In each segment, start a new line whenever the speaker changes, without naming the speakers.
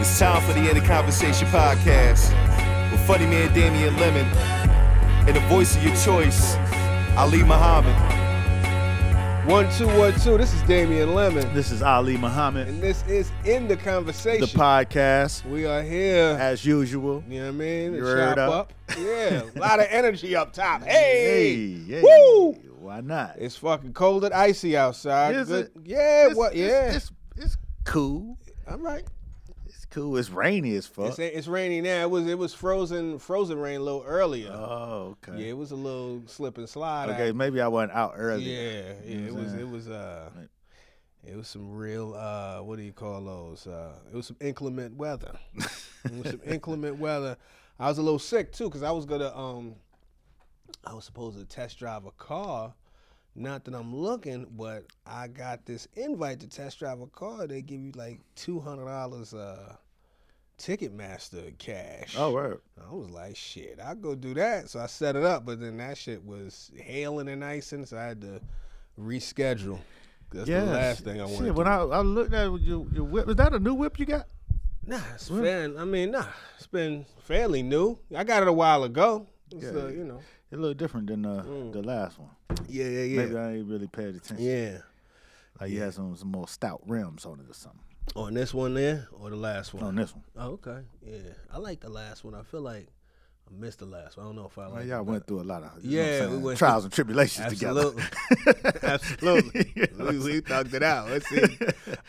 It's time for the End of Conversation podcast with funny man Damian Lemon and the voice of your choice, Ali Muhammad.
One two one two. This is Damian Lemon,
This is Ali Muhammad,
and this is in the conversation.
the podcast,
we are here.
as usual.
You know what I mean? The
You heard
chop
up.
Yeah, a lot of energy up top. Hey,
hey,
woo!
why not?
It's fucking cold and icy outside.
Is
Good-
it?
Yeah,
It's-
what?
it's-
Yeah,
it's, it's cool.
all right.
It's cool. It's rainy as fuck.
It's, it's rainy now. It was it was frozen frozen rain a little earlier.
oh, okay.
yeah, it was a little slip and slide. out.
okay, maybe I wasn't out early.
Yeah, yeah.
know
It
what I'm
was
saying?
it was uh
Right.
it was some real uh what do you call those? Uh it was some inclement weather. it was some inclement weather. I was a little sick too cuz I was going to um I was supposed to test drive a car. Not that I'm looking, but I got this invite to test drive a car. They give you like $200 uh Ticketmaster cash.
Oh, word.
I was like, shit, I'll go do that. So I set it up, but then that shit was hailing and icing, so I had to reschedule. That's the last
sh-
thing I
shit,
wanted.
When
to
I, I looked at your, your whip, is that a new whip you got?
Nah, it's fair. I mean, nah, it's been fairly new. I got it a while ago. It's,
Yeah.
uh, you know.
It looked different than uh,
Mm.
the last one.
Yeah, yeah, yeah.
Maybe I ain't really paid attention.
Yeah.
Like you had some, some more stout rims on it or something.
On this one there or the last one?
On this one.
Oh, okay. Yeah. I like the last one. I feel like I missed the last one. I don't know if I
Well,
like
y'all went through a lot of you know what I'm
Yeah, we
saying,
went
trials and tribulations
Absolutely.
together.
Absolutely.
You know what
we,
I'm
we talked it out. Let's see.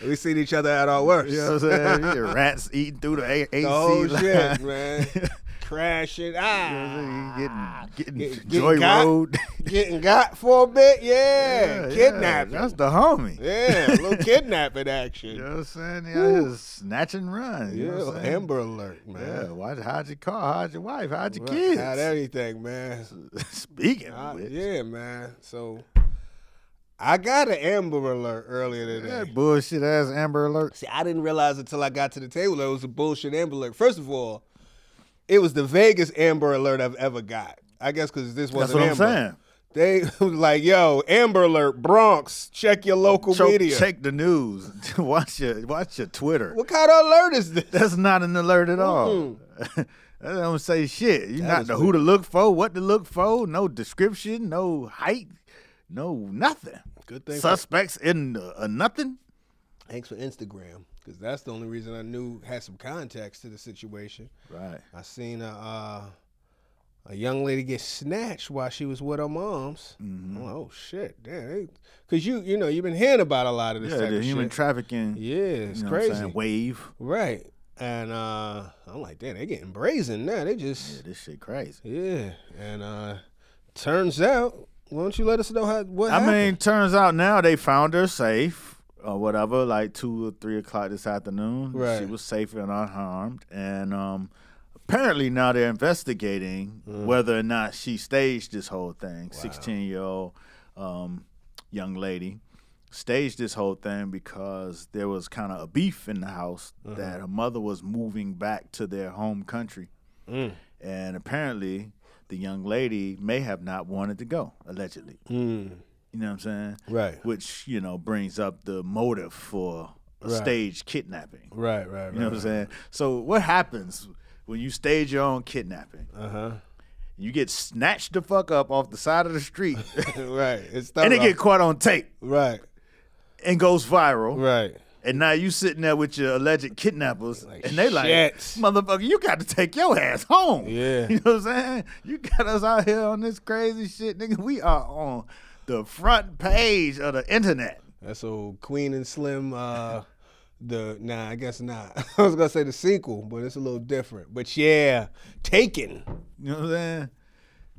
we seen each other at our worst.
You know what I'm saying? You rats eating through the A- AC.
Oh
line.
shit, man!
You know
Crashing,
what I'm
ah,
saying? You getting
Get-
getting
getting
Joy
got.
Road.
getting got for a bit, yeah,
Yeah, yeah,
kidnapping,
That's the homie.
yeah, a little kidnapping
You know
action,
what I'm saying? Yeah, just snatch and run. You know what
yeah,
I'm saying?
Amber Alert,
Yeah,
man.
why, how'd your car? How'd your wife? How'd your
Right, Not
kids?
everything, man.
Speaking
I-
of which,
yeah, man. So I got an Amber Alert earlier today.
that bullshit ass Amber Alert.
See, I didn't realize until I got to the table that it was a bullshit Amber Alert. First of all, it was the vaguest Amber Alert I've ever got. I guess because this
That's
wasn't
what I'm
Amber.
saying.
They was like, "Yo, Amber Alert, Bronx, check your local
Cho-
media.
Check the news. watch your watch your Twitter.
What kind of alert is this?" Hmm.
That's not an alert at all. that don't say shit. You not
is
know who to look for, what to look for, no description, no height, no nothing.
Good thing.
Suspects in the, uh, nothing.
Thanks for Instagram, because that's the only reason I knew had some context to the situation.
Right.
I seen a uh, a young lady get snatched while she was with her mom's.
Mm-hmm.
I'm like, oh shit, damn! Because you you know you've been hearing about a lot of this
Yeah,
type
the
of
human
shit.
trafficking.
yeah, it's
you know what I'm
crazy.
saying, wave.
Right. And uh I'm like, damn, they getting brazen now. They
Yeah,
just
this shit crazy.
yeah. And uh turns out, why don't you let us know how what
I
happened?
mean, turns out now they found her safe or whatever, like two or three o'clock this afternoon. She
Right.
was safe and unharmed, and um, apparently now they're investigating
Mm-hmm.
whether or not she staged this whole thing. Sixteen-year-old um, young lady staged this whole thing because there was kind of a beef in the house that her mother was moving back to their home country, Mm. and apparently. The young lady may have not wanted to go, allegedly. Mm. You know what I'm saying?
Right.
Which, you know, brings up the motive for a staged kidnapping.
Right, right, right.
You know what I'm saying? So what happens when you stage your own kidnapping?
Uh-huh.
You get snatched the fuck up off the side of the street
right. It's
and
thorough.
it get caught on tape
right.
and goes viral.
Right.
And now you sitting there with your alleged kidnappers and they like,
shit.
motherfucker, you got to take your ass home.
Yeah.
You know what I'm saying? You got us out here on this crazy shit, nigga. We are on the front page of the internet.
That's old Queen and Slim uh the nah, I guess not. I was gonna say the sequel, but it's a little different. But yeah, taken.
You know what I'm saying?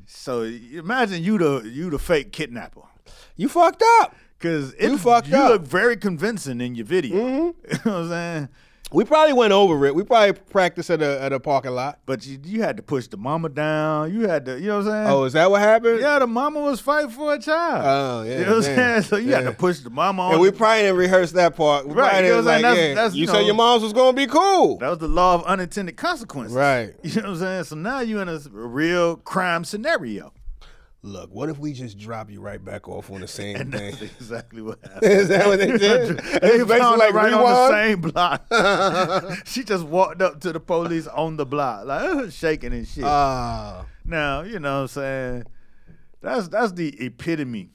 So you imagine you the you the fake kidnapper,
You fucked up.
cause it,
You fucked
you
up. Mm-hmm.
look very convincing in your video. You know what I'm saying?
We probably went over it. We probably practiced at a at a parking lot.
But you, you had to push the mama down. You had to, you know what I'm saying?
Oh, is that what happened?
yeah, the mama was fighting for a child.
Oh, yeah,
you know what
damn.
I'm saying? So you had
Yeah.
to push the mama on.
And we
the-
probably didn't rehearse that part. We
Right,
probably
you know
didn't
what I'm
like,
saying?
yeah,
That's- that's,
you
you
said
know-
your mom's was gonna be cool.
that was the law of unintended consequences.
Right.
You know what I'm saying? So now you in a s- real crime scenario.
look, what if we just drop you right back off on the same
And
thing?
that's exactly what happened.
Is that what they did?
They
They basically
found
like
her right on the
rewind?
same block. she just walked up to the police on the block, like uh, shaking and shit.
Ah,
Now, you know what I'm saying? That's that's the epitome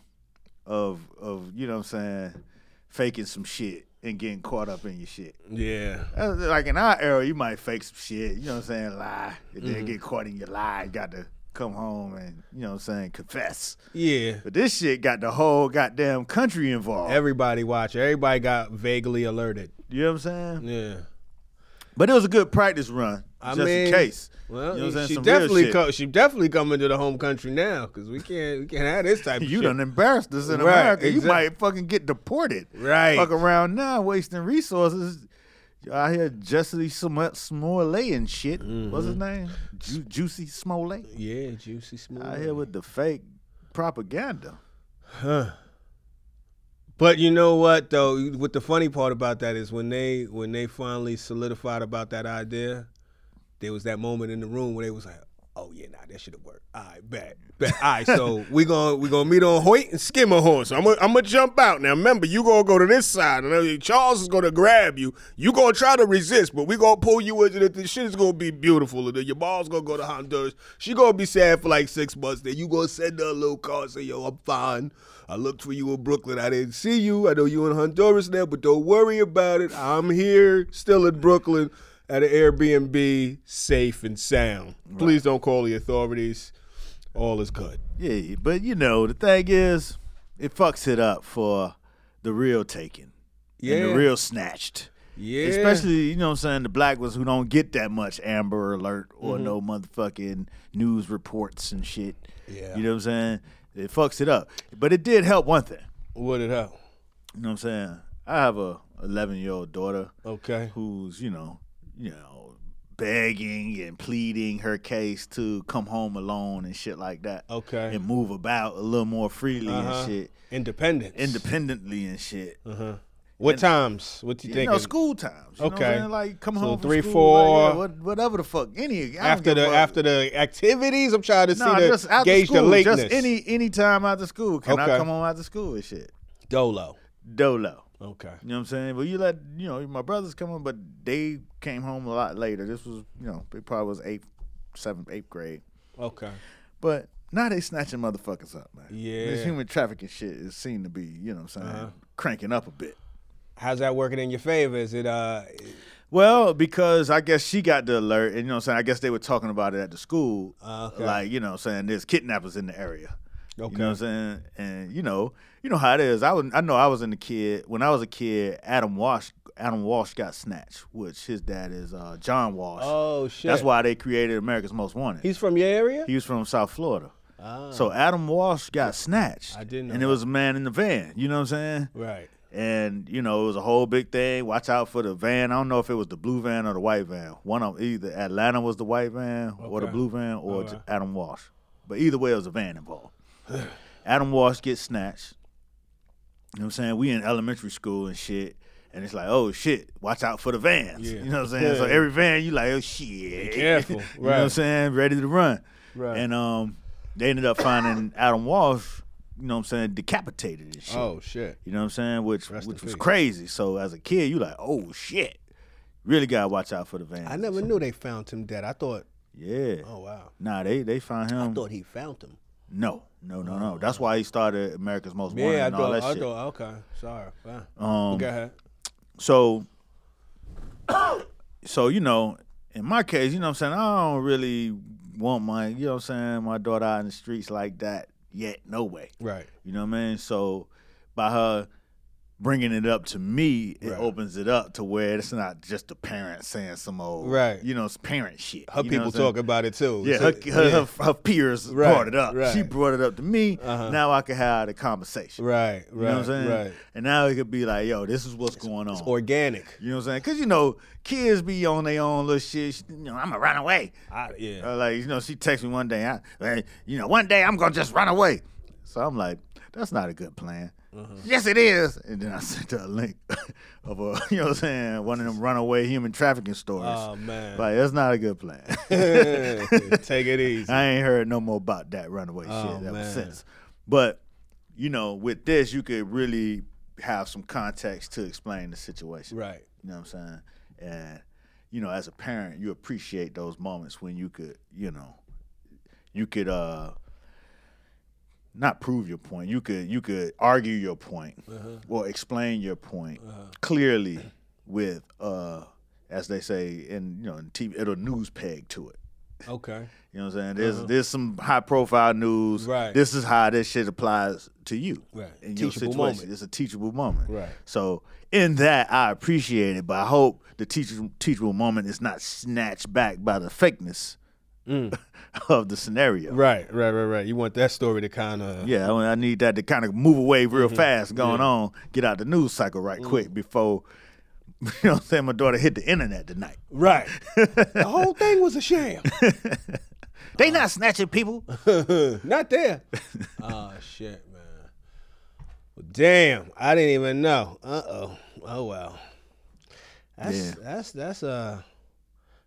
of of, you know what I'm saying, faking some shit and getting caught up in your shit.
yeah.
That's Uh, like in our era, you might fake some shit, you know what I'm saying, lie. And
Mm-hmm.
then get caught in your lie, you got to come home and, you know what I'm saying, confess.
Yeah.
But this shit got the whole goddamn country involved.
Everybody watch. Everybody got vaguely alerted.
you know what I'm saying?
Yeah.
But it was a good practice run,
Mm. I
just
mean,
in case.
Well,
you know what I'm saying?
she
Some real
definitely
shit.
co- she definitely coming to the home country now because we can't we can't have this type of
You
shit.
done embarrassed us in
Right,
America. You
exact-
might fucking get deported.
Right.
Fuck around now, wasting resources. You Out here, Jesse Sm- Smollett and shit. What's
Mm-hmm.
his name? Ju- Juicy Smollett.
yeah, juicy smooth.
Out here with the fake propaganda.
But you know what though? What the funny part about that is when they when they finally solidified about that idea, there was that moment in the room where they was like, "Oh yeah, nah, that should have worked." All right, bet, bet. All right, so we gonna we gonna meet on Hoyt and skim a horse. I'm gonna I'm gonna jump out now. Remember, you gonna go to this side, and then Charles is gonna grab you. You gonna try to resist, but we gonna pull you into the, the shit is gonna be beautiful. And then your mom's gonna go to Honduras. She gonna be sad for like six months. Then you gonna send her a little card, say, "Yo, I'm fine. I looked for you in Brooklyn. I didn't see you. I know you in Honduras now, but don't worry about it. I'm here, still in Brooklyn." at an Airbnb, safe and sound. Please don't call the authorities. All is good.
Yeah, but you know, the thing is, it fucks it up for the real taken and the real snatched.
yeah.
Especially, you know what I'm saying, the black ones who don't get that much Amber Alert or
Mm-hmm.
no motherfucking news reports and shit.
Yeah.
You know what I'm saying? It fucks it up. But it did help one thing.
what it help?
You know what I'm saying? I have a 11 year old daughter
Okay.
who's, you know, you know, begging and pleading her case to come home alone and shit like that.
Okay.
And move about a little more freely
Uh-huh.
and shit,
Independence.
independently and shit.
what times? What you
You
thinking?
know, school times. You Know what
Okay.
I'm saying? Like come
So
home from
three,
school,
four.
like, yeah, what, whatever the fuck. Any I don't
after
give a
the
fuck.
after the activities, I'm trying to
Nah,
see the
just after
gauge
school,
the lateness.
just any any time after school. Can
Okay.
I come home after school and shit?
dolo.
Dolo.
Okay.
You know what I'm saying? Well, you let you know my brothers come home, but they came home a lot later. This was you know they probably was eighth, seventh, eighth grade.
Okay.
But now they snatching motherfuckers up, man.
Yeah. Uh-huh.
This human trafficking shit is seen to be you know what I'm saying cranking up a bit.
How's that working in your favor? Is it uh?
Well, because I guess she got the alert, and you know what I'm saying? I guess they were talking about it at the school.
Uh, Okay.
Like, you know what I'm saying? There's kidnappers in the area.
Okay.
You know what I'm saying? And you know, you know how it is. I was, I know I was in the kid when I was a kid, Adam Walsh Adam Walsh got snatched, which his dad is uh, John Walsh.
Oh shit.
That's why they created America's Most Wanted.
he's from your area.
he was from South Florida.
Ah.
So Adam Walsh got snatched.
I didn't know
And
that.
it was a man in the van. You know what I'm saying?
right.
and you know it was a whole big thing. Watch out for the van. I don't know if it was the blue van or the white van. One of either Atlanta was the white van or the
Okay.
blue van or
Alright.
Adam Walsh, but either way it was a van involved. Adam Walsh gets snatched. You know what I'm saying? We in elementary school and shit. And it's like, oh shit, watch out for the vans.
Yeah.
You know what I'm saying? So
Yeah.
every van, you like, oh shit.
careful.
you know what I'm
Right.
saying? Ready to run.
Right.
And um, they ended up finding Adam Walsh, you know what I'm saying, decapitated and shit.
Oh shit.
You know what I'm saying? Which
Rest in
which was
peace.
crazy. So as a kid, you like, oh shit. Really gotta watch out for the van.
I never knew they found him dead. I thought.
Yeah.
Oh wow.
Nah, they they found
I
him.
thought he found him.
no, no, no, no. That's why he started America's Most Wanted
Yeah, I
and all
thought.
that
I
shit.
thought. Okay. Sorry. Wow.
Um,
Go ahead.
So, so you know, in my case, you know what I'm saying. I don't really want my, you know what I'm saying, my daughter out in the streets like that yet. No way.
Right.
You know what I mean? So by her bringing it up to me, it
Right.
opens it up to where it's not just the parents saying some old,
Right.
You know, it's parent shit.
Her
you know
people
what I'm saying?
talk about it too.
Yeah,
So-
her, her,
yeah.
Her, her peers
Right,
brought it up. She
right.
brought it up to me.
Uh-huh.
Now I can have the conversation.
Right. Right.
You know what I'm saying?
Right.
And now it could be like, yo, this is what's going on.
It's organic.
you know what I'm saying? Because, you know, kids be on their own little shit. She- You know, I'm going to run away.
I, yeah.
Uh, like you know, she texted me one day. I, like, you know, one day I'm gonna just run away. So I'm like, that's not a good plan.
Mm-hmm.
Yes, it is. And then I sent her a link of a, you know what I'm saying, one of them runaway human trafficking stories.
Oh, man.
Like, that's not a good plan.
Take it easy.
I ain't heard no more about that runaway
Oh,
shit ever
man.
since. But you know, with this, you could really have some context to explain the situation.
Right.
You know what I'm saying? And you know, as a parent, you appreciate those moments when you could, you know, you could uh not prove your point. You could you could argue your point or explain your point clearly with uh as they say in you know in TV it'll news peg to it.
Okay.
You know what I'm saying? There's there's some high profile news.
Right.
This is how this shit applies to you.
Right.
In your
Teachable
situation.
moment.
It's a teachable moment.
Right.
So in that I appreciate it, but I hope the teach- teachable moment is not snatched back by the fakeness Mm. of the scenario.
Right, right, right, right. You want that story to kind of
Yeah, I, I need that to kind of move away real fast, going on, get out the news cycle right quick before you know what I'm saying, my daughter hit the internet tonight.
Right. the whole thing was a sham.
They not snatching people.
Not there. oh shit, man. Well, damn, I didn't even know. Uh oh. Oh well. That's
Yeah.
that's that's uh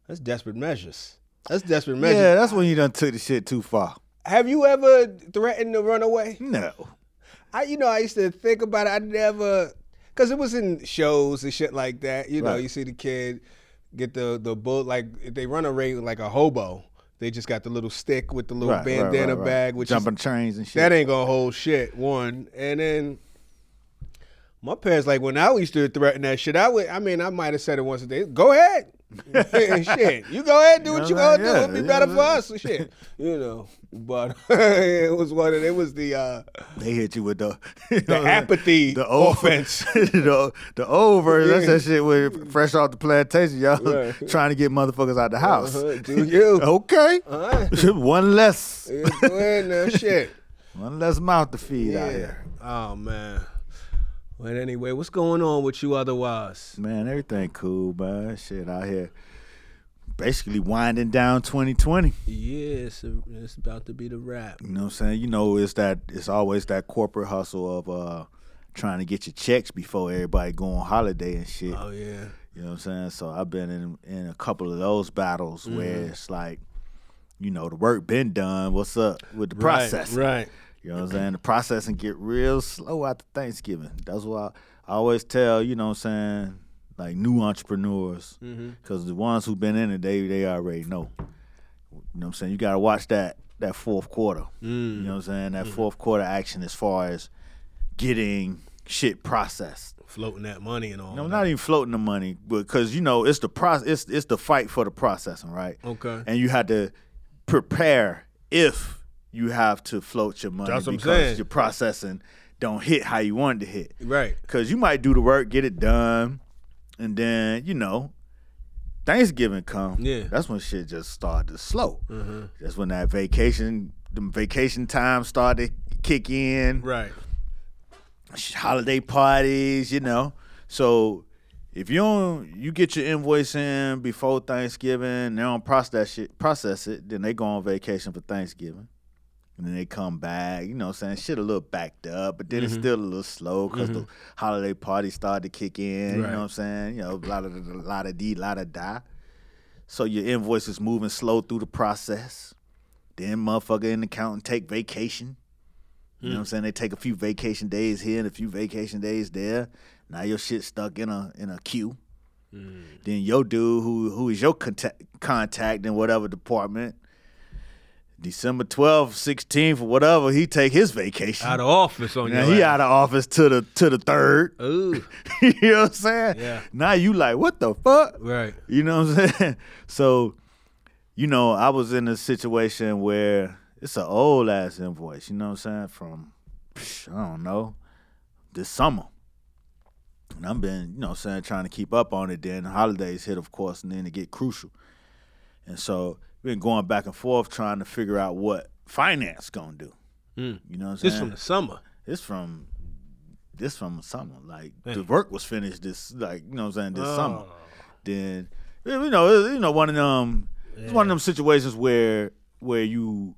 that's desperate measures. That's desperate measures.
yeah, that's when you done took the shit too far.
Have you ever threatened to run away?
No.
I you know I used to think about it. I never because it was in shows and shit like that. You know,
Right.
you see the kid get the the bull like if they run away like a hobo. They just got the little stick with the little
Right, right,
bandana
right, right.
bag, which is
jumping trains and shit.
that ain't gonna hold shit. One, and then my parents like when I used to threaten that shit. I would, I mean, I might have said it once a day. Go ahead, shit. You go ahead, do
You
what
know
you
what
gonna
I'm
do.
saying?
It'll be
Yeah,
better
yeah,
for us, and shit. You know, but it was one. Of, it was the uh,
they hit you with the uh,
the apathy
the old
offense.
the, the old version.
Yeah.
That's that shit with fresh off the plantation, y'all
Right.
trying to get motherfuckers out the house.
Uh-huh, do you?
okay?
Huh?
one less,
Yeah, go ahead now, shit.
one less mouth to feed out
Yeah.
here.
Oh man. But anyway, what's going on with you otherwise?
Man, everything cool, man. Shit out here, basically winding down 2020.
Yeah, it's, it's about to be the wrap.
You know what I'm saying? You know, it's that it's always that corporate hustle of uh trying to get your checks before everybody go on holiday and shit.
Oh yeah.
You know what I'm saying? So I've been in in a couple of those battles
Mm-hmm.
where it's like, you know, the work been done. What's up with the process?
Right.
You know what I'm saying? The processing get real slow after Thanksgiving. That's why I always tell, you know what I'm saying, like new entrepreneurs,
Mm-hmm.
because the ones who've been in it, they they already know. You know what I'm saying? You gotta watch that that fourth quarter.
Mm.
You know what I'm saying? That fourth quarter action as far as getting shit processed.
Floating that money and all.
No,
that.
not even floating the money, because you know it's the process. It's it's the fight for the processing, right?
Okay.
And you had to prepare if you have to float your money
That's what I'm
because
saying.
your processing don't hit how you wanted to hit.
Right.
Because you might do the work, get it done, and then you know Thanksgiving come.
Yeah. Mm-hmm.
That's when shit just started to slow. That's when that vacation, them vacation time started to kick in
Right.
holiday parties, you know. So if you don't you get your invoice in before Thanksgiving, they don't process shit, process it, then they go on vacation for Thanksgiving. And then they come back, you know what I'm saying? Shit a little backed up, but then it's still a little slow because the holiday party started to kick in, you
Right.
know what I'm saying? You know, a lot of a lot of D, lot of die. So your invoice is moving slow through the process. Then motherfucker in the accountant take vacation. You know what I'm saying? They take a few vacation days here and a few vacation days there. Now your shit stuck in a in a queue.
Mm.
Then your dude who who is your contact, contact in whatever department, December 12th, 16th, or whatever, he take his vacation.
Out of office on
now
your
he out of office to the to the third.
Ooh.
you know what I'm saying?
Yeah.
Now you like, what the fuck?
Right.
You know what I'm saying? So, you know, I was in a situation where it's an old ass invoice, you know what I'm saying? From, psh, I don't know, this summer. And I've been, you know what I'm saying, trying to keep up on it. Then the holidays hit, of course, and then it get crucial. And so we've been going back and forth trying to figure out what finance gonna do.
Mm.
You know what I'm saying?
This from the summer.
it's from this from summer. Like the work was finished this like you know what I'm saying this summer. Then you know you know one of them it's one of them situations where where you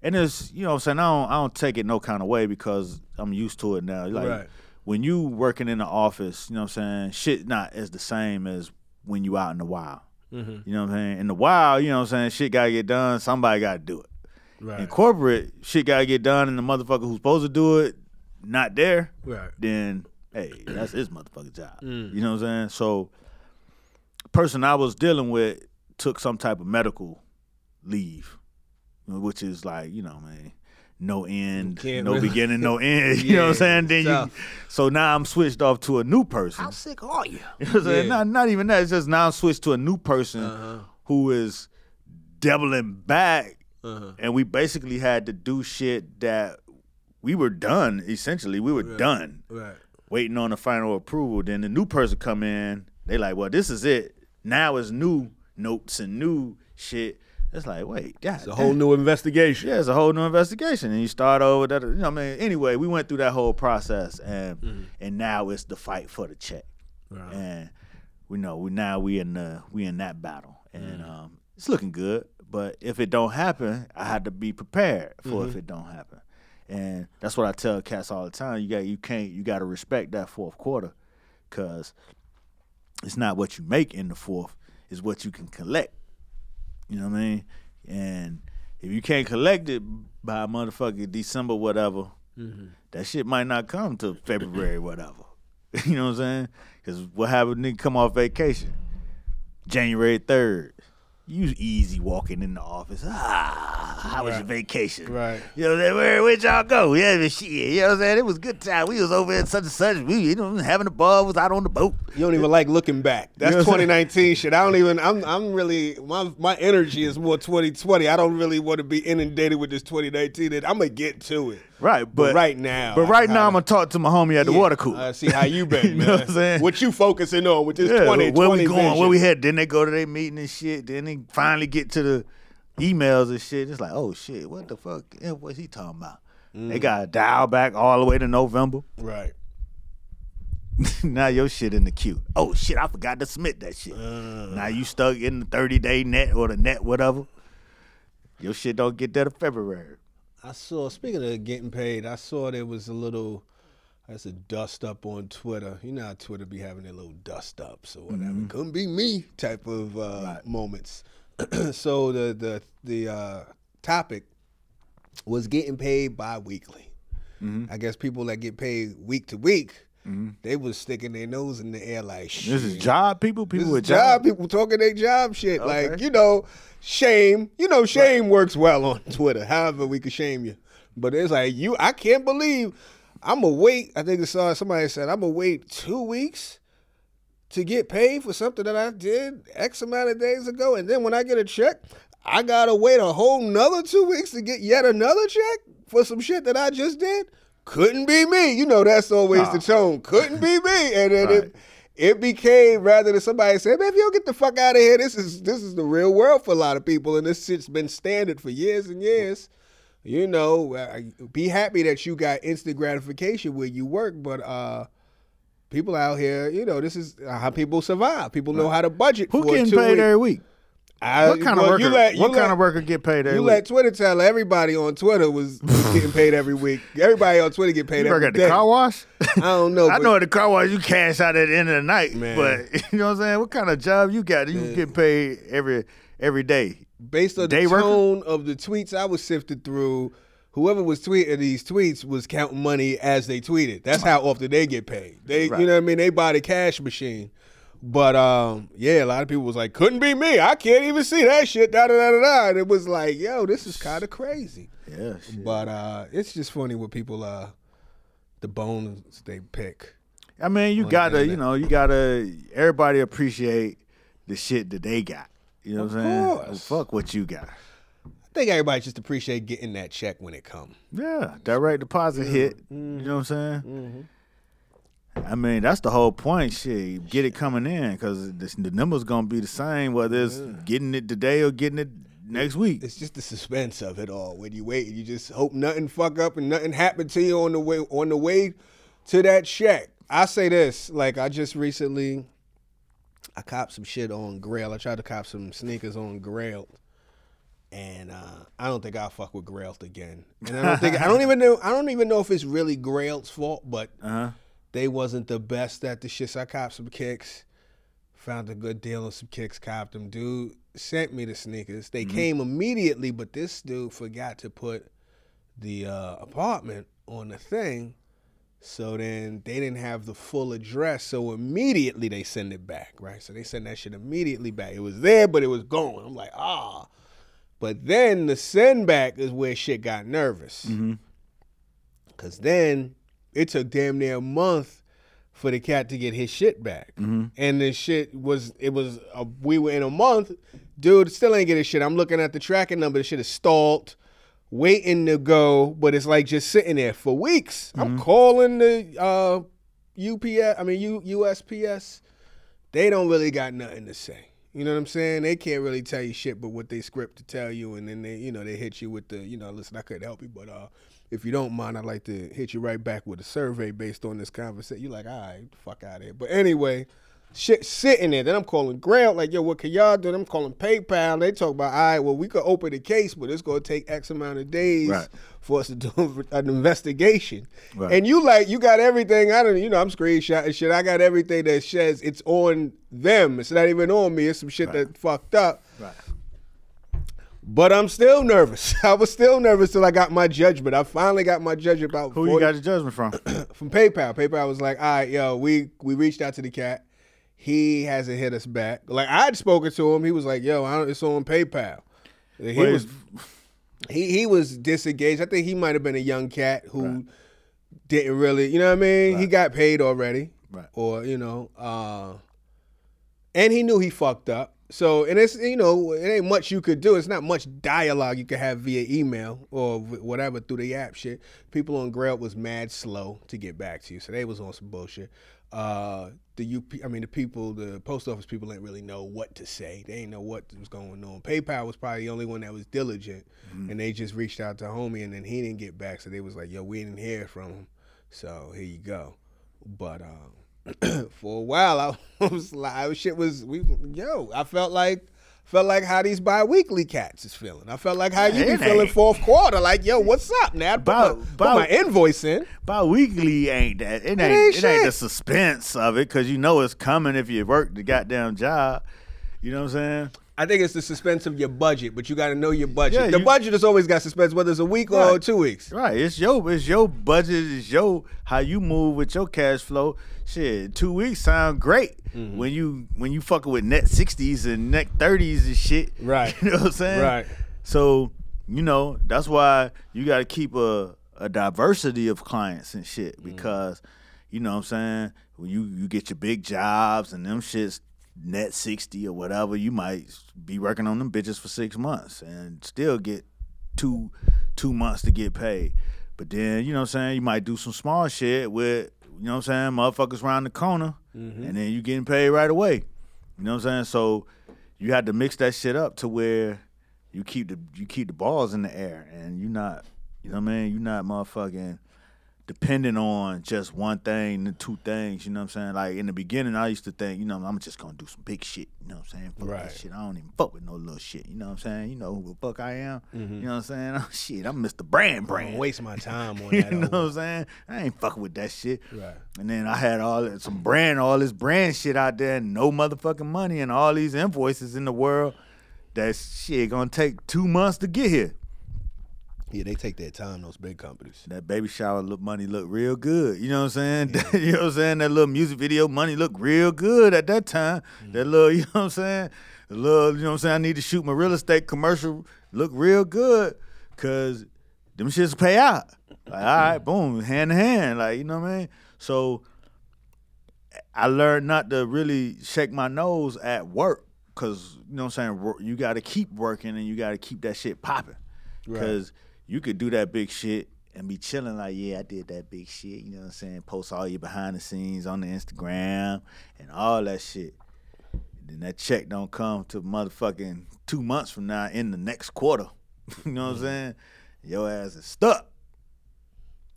and it's you know what I'm saying I don't I don't take it no kind of way because I'm used to it now. Like
Right.
when you working in the office, you know what I'm saying shit not as the same as when you out in the wild. You know what I'm saying? In the wild, you know what I'm saying shit gotta get done. Somebody gotta do it. In
Right.
corporate, shit gotta get done, and the motherfucker who's supposed to do it not there.
Right.
Then hey, that's his motherfucking job.
Mm.
You know what I'm saying? So, person I was dealing with took some type of medical leave, which is like you know, man, no end,
can't
no
really-
beginning, no end. you know what I'm saying? Then
tough.
you, so now I'm switched off to a new person.
sick are you?
You know what I'm saying?
Yeah. Uh-huh.
Not, not even that. It's just now I'm switched to a new person who is doubling back,
Uh-huh.
and we basically had to do shit that we were done. Essentially, we were done
Right.
waiting on the final approval. Then the new person come in. They like, well, this is it. Now it's new notes and new shit. It's like, wait, that's
The whole new investigation.
yeah, it's a whole new investigation, and you start over. That you know, what I mean. Anyway, we went through that whole process, and and now it's the fight for the check,
Right.
and we know we now we in the we in that battle, and um, it's looking good. But if it don't happen, I had to be prepared for if it don't happen, and that's what I tell cats all the time. You got you can't you got to respect that fourth quarter, cause it's not what you make in the fourth, it's what you can collect. You know what I mean? And if you can't collect it by motherfucking December, whatever,
Mm-hmm.
that shit might not come to February, whatever. you know what I'm saying? Because what happened? Nigga come off vacation, January third. You easy walking in the office. Ah, how was your vacation?
Right.
You know what I'm saying? Where, where'd y'all go? Yeah, but shit. You know what I'm saying? It was a good time. We was over at such and such. We, you know, having a ball. Was out on the boat.
You don't even like looking back. That's
know what I'm saying?
2019 shit. I don't even. I'm. I'm really. My my energy is more 2020. I don't really want to be inundated with this 2019. That I'm gonna get to it.
Right, but,
right now,
but
I
right now
kinda-
I'm gonna talk to my homie at the water cooler.
I see how you
You
been, man.
know what I'm saying?
What you focusing on with this
Yeah,
20
where we
20
going?
vision.
Where we headed? Then they go to their meeting and shit. Then they finally get to the emails and shit. It's like, oh shit, what the fuck? Yeah, what's he talking about?
Mm.
They got to dial back all the way to November.
Right.
now your shit in the queue. Oh shit, I forgot to submit that shit.
Uh.
now you stuck in the 30 day net or the net whatever. Your shit don't get there to February.
I saw. Speaking of getting paid, I saw there was a little. That's a dust up on Twitter. You know how Twitter be having their little dust ups or whatever. Couldn't be me type of uh, moments. so the the the uh, topic was getting paid bi-weekly. I guess people that get paid week to week, they was sticking their nose in the air like shit.
This is job people. People
This
with
is job people talking their job shit. Like
Okay.
you know, shame. You know, shame works well on Twitter. However, we can shame you, but it's like you. I can't believe I'm gonna wait. I think I saw somebody said I'm gonna wait two weeks to get paid for something that I did X amount of days ago, and then when I get a check, I gotta wait a whole nother two weeks to get yet another check for some shit that I just did. Couldn't be me. You know that's always the tone. Couldn't be me. And then it it became rather than somebody saying, Man, if you don't get the fuck out of here, this is this is the real world for a lot of people and this shit's been standard for years and years. You know, uh, be happy that you got instant gratification where you work, but uh people out here, you know, this is how people survive. People know how to budget
Who
for
getting
two
paid
weeks.
every week?
I-
What kind of
well,
worker?
You let, you
what
let,
kind of worker get paid every
You
week?
let Twitter tell everybody on Twitter was getting paid every week. Everybody on Twitter get paid
you work
every
at the
day.
car wash?
I don't know.
I
but-
know at the car wash you cash out at the end of the night,
Man.
but you know what I'm saying. What kind of job you got? You get paid every every day.
based on
Day
the
worker?
tone of the tweets I was sifted through, whoever was tweeting these tweets was counting money as they tweeted. That's how often they get paid. They, you
Right.
know what I mean? They buy the cash machine. But um, yeah, a lot of people was like, "Couldn't be me. I can't even see that shit." Da da da da. da. And it was like, "Yo, this is kind of crazy."
Yeah, shit.
But uh, it's just funny what people uh, the bones they pick.
I mean you gotta, you know, you gotta. Everybody appreciate the shit that they got. You know what I'm saying?
course.
Well, fuck what you got.
I think everybody just appreciate getting that check when it comes.
Yeah, direct deposit hit.
Mm-hmm.
You know what I'm saying? I mean, that's the whole point. Shit, get it coming in because the number's gonna be the same whether it's getting it today or getting it next week.
it's just the suspense of it all. When you wait, you just hope nothing fuck up and nothing happen to you on the way on the way to that check. I say this, like I just recently, I copped some shit on Grail. I tried to cop some sneakers on Grail, And uh, I don't think I'll fuck with Grailed again. And I don't think I don't even know I don't even know if it's really Grailed's fault, but
Uh-huh.
they wasn't the best at the shit. So I copped some kicks, found a good deal on some kicks, copped them. Dude sent me the sneakers. They came immediately, but this dude forgot to put the uh, apartment on the thing. So then they didn't have the full address. So immediately they send it back, right? So they send that shit immediately back. It was there, but it was gone. I'm like, ah. But then the send back is where shit got nervous. Cause then it took damn near a month for the cat to get his shit back, and the shit was it was a, we were in a month, dude still ain't get his shit. I'm looking at the tracking number, the shit is stalled, waiting to go, but it's like just sitting there for weeks. I'm calling the uh, UPS, I mean U, USPS, they don't really got nothing to say. You know what I'm saying? They can't really tell you shit but what they script to tell you, and then they, you know, they hit you with the, you know, listen, I couldn't help you, but uh, if you don't mind, I'd like to hit you right back with a survey based on this conversation. You're like, all right, fuck out of here. But anyway, shit sitting there. Then I'm calling Grant, like, yo, what can y'all do? Then I'm calling PayPal. They talk about, all right, well, we could open the case, but it's gonna take X amount of days
Right.
for us to do an investigation.
Right.
And you like you got everything. I don't you know I'm screenshotting shit. I got everything that says it's on them. It's not even on me. It's some shit that fucked up.
Right.
But I'm still nervous. I was still nervous till I got my judgment. I finally got my judgment about
Who you
40
got the judgment from?
from PayPal. PayPal was like, all right, yo, we we reached out to the cat. He hasn't hit us back. Like I'd spoken to him. He was like, yo, I don't, it's on PayPal. He
Well,
was he he was disengaged. I think he might have been a young cat who didn't really, you know what I mean? He got paid already,
Right.
Or you know, uh, and he knew he fucked up. So and it's you know it ain't much you could do. It's not much dialogue you could have via email or wh- whatever through the app shit. People on Grail was mad slow to get back to you, so they was on some bullshit. Uh, the UP, I mean the people, the post office people didn't really know what to say. They didn't know what was going on. PayPal was probably the only one that was diligent, and they just reached out to homie, and then he didn't get back, so they was like, "Yo, we didn't hear from him, so here you go." But um, for a while, I was like, I was- shit was we yo. I felt like felt like how these biweekly cats is feeling. I felt like how you be
It
feeling
ain't.
fourth quarter. Like yo, what's up, Nat? Put,
Bow-
my, put
bow-
my invoice in.
Bi-weekly ain't that. It ain't. It
ain't
ain't,
shit.
the suspense of it because you know it's coming if you work the goddamn job. You know what I'm saying?
I think it's the suspense of your budget, but you got to know your budget.
Yeah,
the
you-
budget has always got suspense, whether it's a week or
Right.
two weeks.
Right. It's your. It's your budget. It's your how you move with your cash flow. Shit. Two weeks sound great
Mm-hmm.
when you when you fucking with net sixties and net thirties and shit.
Right.
You know what I'm saying?
Right.
So you know that's why you got to keep a a diversity of clients and shit because you know what I'm saying when you you get your big jobs and them shits net sixty or whatever you might be working on them bitches for six months and still get two two months to get paid. But then you know what I'm saying you might do some small shit with you know what I'm saying motherfuckers around the corner and then you getting paid right away. You know what I'm saying? So you had to mix that shit up to where you keep the you keep the balls in the air and you not you know what I mean, you not motherfucking dependent on just one thing, the two things, you know what I'm saying? Like in the beginning I used to think, you know, I'm just gonna do some big shit, you know what I'm saying? Fuck
Right.
that shit. I don't even fuck with no little shit. You know what I'm saying? You know who the fuck I am. You know what I'm saying? Oh shit, I'm Mr. Brand
Don't
Brand.
waste my time on
You
that. um,
know what
old-
I'm saying? I ain't fucking with that shit.
Right.
And then I had all that- some brand, all this brand shit out there, and no motherfucking money, and all these invoices in the world. That shit gonna take two months to get here.
Yeah, they take their time. Those big companies.
That baby shower look money look real good. You know what I'm saying? you know what I'm saying? That little music video money look real good at that time. That little, you know what I'm saying? The little, you know what I'm saying? I need to shoot my real estate commercial look real good cuz them shits pay out. Like, all right, boom, hand to hand, like, you know what I mean? So I learned not to really shake my nose at work because you know what I'm saying. wor- You got to keep working and you got to keep that shit popping because you could do that big shit and be chilling like, yeah, I did that big shit. You know what I'm saying? Post all your behind the scenes on the Instagram and all that shit. then that check don't come to motherfucking two months from now in the next quarter. you know what I'm saying? Your ass is stuck.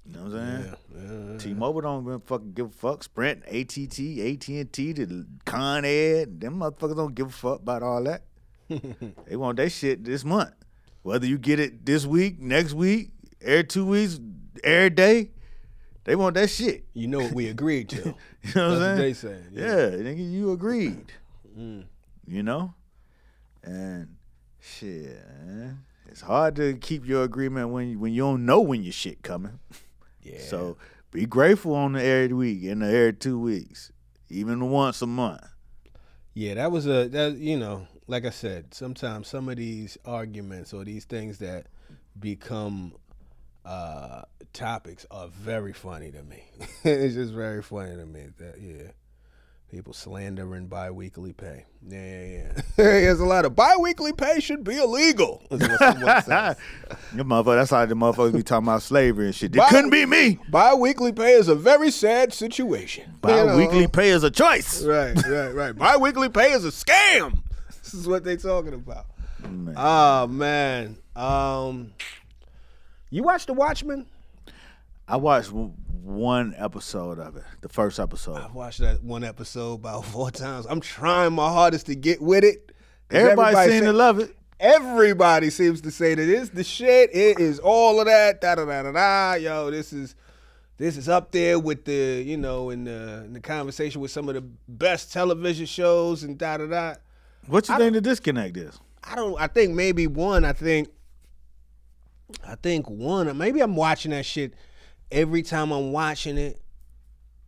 You know what I'm saying? T-Mobile don't even fucking give a fuck. Sprint, ATT, AT&T, the Con Ed, them motherfuckers don't give a fuck about all that. they want their shit this month. Whether you get it this week, next week, every two weeks, every day, they want that shit.
You know what we agreed to.
You know what I'm saying?
That's what they saying,
Yeah, nigga, you agreed. You know? And shit, man. It's hard to keep your agreement when when you don't know when your shit coming.
yeah.
So be grateful on the every week and the every two weeks. Even once a month.
Yeah, that was a that you know, like I said, sometimes some of these arguments or these things that become uh topics are very funny to me. it's just very funny to me that yeah. People slandering bi-weekly pay. Yeah, yeah, yeah. There's a lot of bi-weekly pay should be illegal. is what someone says.
Your motherfucker, that's how the motherfuckers be talking about slavery and shit. It
Bi-
couldn't be me.
bi-weekly pay is a very sad situation. You know?
Bi weekly pay is a choice.
Right, right, right. Bi-weekly pay is a scam. This is what they talking about.
Man.
Oh man. Um You watched The Watchmen?
I watched w- one episode of it, the first episode.
I watched that one episode about four times. I'm trying my hardest to get with it. 'Cause
Everybody, seemed
say-
to love it.
Everybody seems to say that it's the shit. It is all of that. Da da da da da. Yo, this is this is up there with the you know in the, in the conversation with some of the best television shows and da da da.
What you think the disconnect is?
I don't. I think maybe one. I think. I think one. Maybe I'm watching that shit. Every time I'm watching it,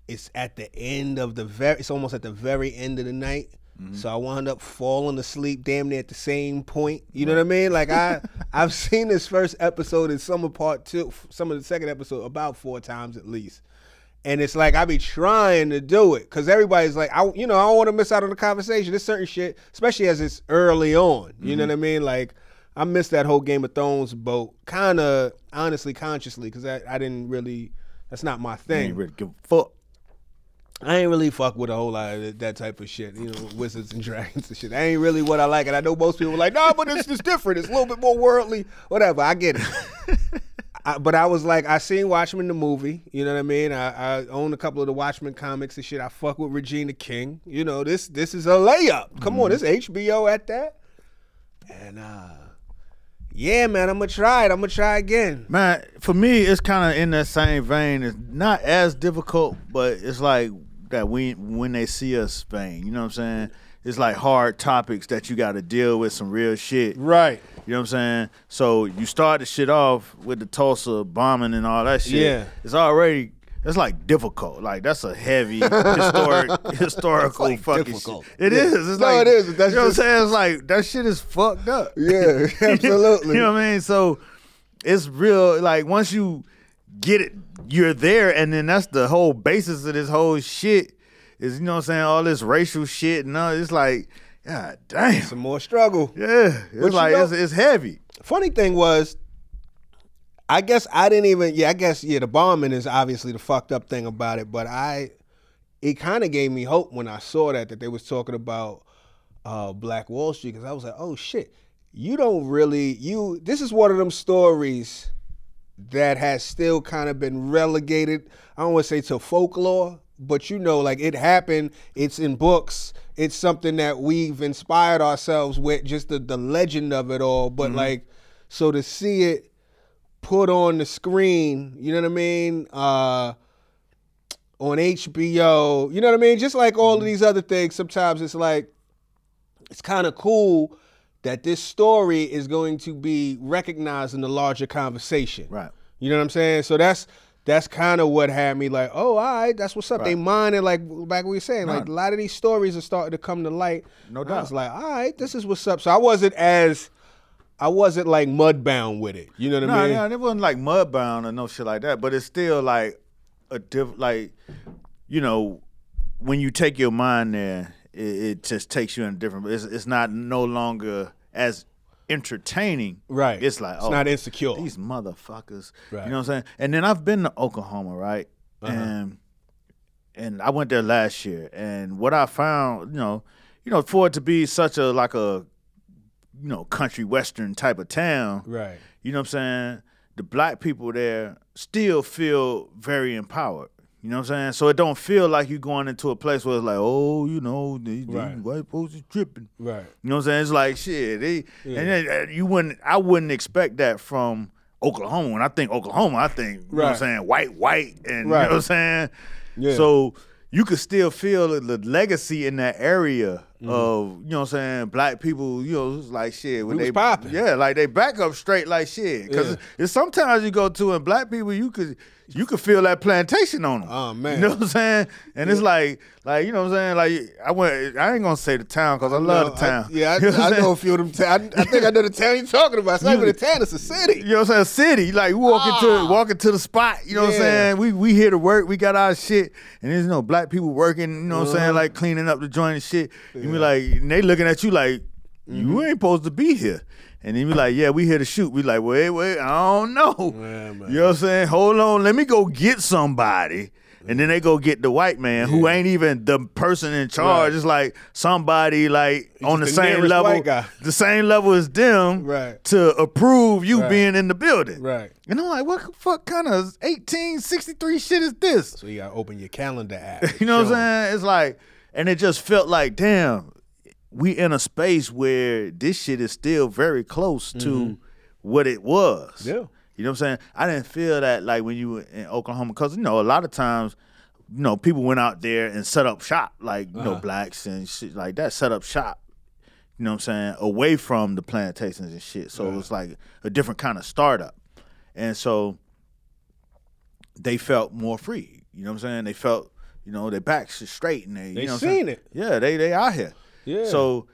it's at the end of the very. It's almost at the very end of the night. So I wound up falling asleep damn near at the same point. You know what I mean? Like I, I've seen this first episode and some of part two, some of the second episode about four times at least. And it's like I be trying to do it because everybody's like, I, you know, I don't want to miss out on the conversation. There's certain shit, especially as it's early on. You know what I mean? Like, I missed that whole Game of Thrones boat, kind of honestly, consciously, because I, I didn't really. That's not my
I
thing.
ain't really give a fuck.
I ain't really fuck with a whole lot of th- that type of shit, you know, wizards and dragons and shit. That ain't really what I like, and I know most people are like, nah, but it's just different. It's a little bit more worldly, whatever. I get it. I, but I was like, I seen Watchmen the movie. You know what I mean? I, I own a couple of the Watchmen comics and shit. I fuck with Regina King. You know this this is a layup. Come on, this
Mm-hmm.
HBO at that. And uh, yeah, man, I'm gonna try it. I'm gonna try again.
Man, for me, it's kind of in that same vein. It's not as difficult, but it's like that when when they see us vein. You know what I'm saying? It's like hard topics that you got to deal with some real shit.
Right.
You know what I'm saying? So you start the shit off with the Tulsa bombing and all that shit.
Yeah.
It's already it's like difficult. Like that's a heavy historic historical
It's like
fucking
difficult.
shit. It is. It's
No,
like
it is. That's
you know
just-
what I'm saying? It's like that shit is fucked up.
Yeah, absolutely.
you know what I mean? So it's real like once you get it, you're there, and then that's the whole basis of this whole shit. Is you know what I'm saying? All this racial shit and all it's like, God damn.
Some more struggle.
Yeah,
you
it's like
know-
it's, it's heavy.
funny thing was i guess i didn't even yeah i guess yeah the bombing is obviously the fucked up thing about it but i it kind of gave me hope when i saw that that they was talking about uh, black wall street because i was like oh shit you don't really you this is one of them stories that has still kind of been relegated. I don't want to say to folklore, but you know, like it happened. It's in books. It's something that we've inspired ourselves with, just the, the legend of it all. But like, so to see it put on the screen, you know what I mean? Uh, on HBO, you know what I mean? Just like all of these other things, sometimes it's like, it's kind of cool that this story is going to be recognized in the larger conversation.
Right.
You know what I'm saying? So that's that's kind of what had me like, oh, all right, that's what's up. They minded like like we were saying, like a lot of these stories are starting to come to light.
No
And I
doubt.
was like, all right, this is what's up. So I wasn't as I wasn't like mudbound with it. You know what
No,
I mean?
yeah, and it wasn't like mudbound or no shit like that, but it's still like a diff like you know, when you take your mind there, it, it just takes you in a different it's it's not no longer as entertaining.
Right.
It's like
it's
oh
not insecure.
these motherfuckers.
Right. Uh-huh.
You know what I'm saying? And then I've been to Oklahoma, right? And and I went there last year and what I found, you know, you know, for it to be such a like a you know, country western type of town.
Right.
You know what I'm saying? The black people there still feel very empowered. You know what I'm saying? So it don't feel like you going into a place where it's like, oh, you know, these, these
Right.
white folks is tripping.
Right.
You know what I'm saying? It's like shit. They, And then, uh, you wouldn't. I wouldn't expect that from Oklahoma. When I think Oklahoma, I think you know what I'm
Right.
saying white, white, and
Right.
you know what I'm saying.
Yeah.
So you could still feel the- the legacy in that area
Mm-hmm.
of you know what I'm saying black people. You know, it's like shit. When
We was
they
popping.
yeah, like they back up straight like shit. Because
Yeah.
sometimes you go to and black people, you could you could feel that plantation on them.
Oh, man.
you know what I'm saying? And it's like like you know what I'm saying. Like I went. I ain't gonna say the town because I love
No,
the town.
I, yeah, I,
you know what
I
I'm
know a
saying?
few of them. Ta- I, I think I know the town you're talking about. It's not even a town; it's a city.
You know what I'm saying? City, like we walk into walk into the spot. You know what I'm
Ah. Yeah.
saying? We we here to work. We got our shit, and there's no black people working. You know what I'm
Uh-huh.
saying? Like cleaning up the joint and shit. You be like, and they looking at you like
Mm-hmm.
you ain't supposed to be here. And then you be like, yeah, we here to shoot. We like, wait, wait, I don't know.
Yeah, man.
you know what I'm saying? Hold on, let me go get somebody. And then they go get the white man who ain't even the person in charge.
Right.
It's like somebody like on the,
just the
same
nearest
level,
white guy.
the same level as them,
Right.
to approve you
Right.
being in the building.
Right.
And I'm like, what the fuck kind of 1863 shit is this?
So you gotta open your calendar app.
You know what
Show 'em.
I'm saying? It's like, and it just felt like, damn, we in a space where this shit is still very close to what it was.
Yeah.
You know what I'm saying? I didn't feel that like when you were in Oklahoma, because you know, a lot of times, you know, people went out there and set up shop, like, you know, blacks and shit like that, set up shop you know what I'm saying, away from the plantations and shit. So it was like a different kind of startup. And so they felt more free. You know what I'm saying? They felt, you know, their backs are straight and they,
They
you know what I'm
seen
saying?
it.
Yeah, they they out here.
Yeah.
So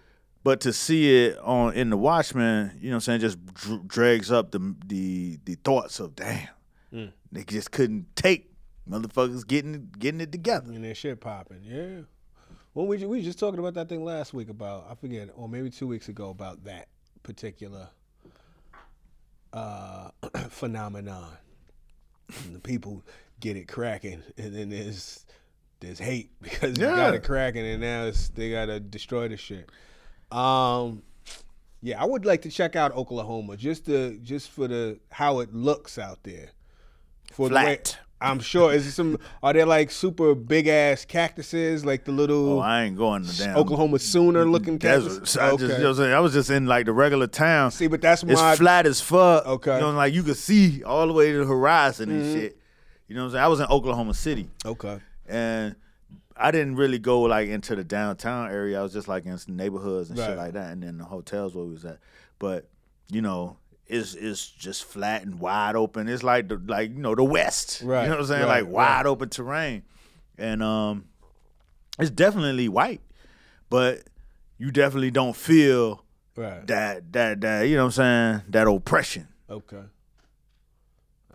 but to see it on in the Watchmen, you know what I'm saying, just dr- drags up the the the thoughts of damn.
Mm.
They just couldn't take motherfuckers getting getting it together.
and that shit popping. Yeah. Well, we ju- we just talking about that thing last week about I forget or maybe two weeks ago about that particular uh, phenomenon. And the people get it cracking, and then there's there's hate because they got
Yeah.
it cracking, and now it's, they gotta destroy the shit. Um, yeah, I would like to check out Oklahoma just to just for the how it looks out there. For the way-
Flat.
I'm sure. Is it some? Are there like super big ass cactuses, like the
Oh,
little
I ain't going to damn
Oklahoma Sooner looking
deserts.
cactus?
I just, you know what I'm saying? I was just in like the regular town.
See, but that's
It's
my
flat as fuck.
Okay. Mm-hmm.
You know, like you could see all the way to the horizon and shit. You know what I'm saying? I was in Oklahoma City
okay.
and I didn't really go like into the downtown area. I was just like in some neighborhoods and
Right.
shit like that and then the hotels where we was at. But, you know, it's it's just flat and wide open. It's like the like, you know, the West.
Right,
You know what I'm saying?
right,
like wide open terrain. And um it's definitely white. But you definitely don't feel
Right.
that that that you know what I'm saying that oppression.
Okay.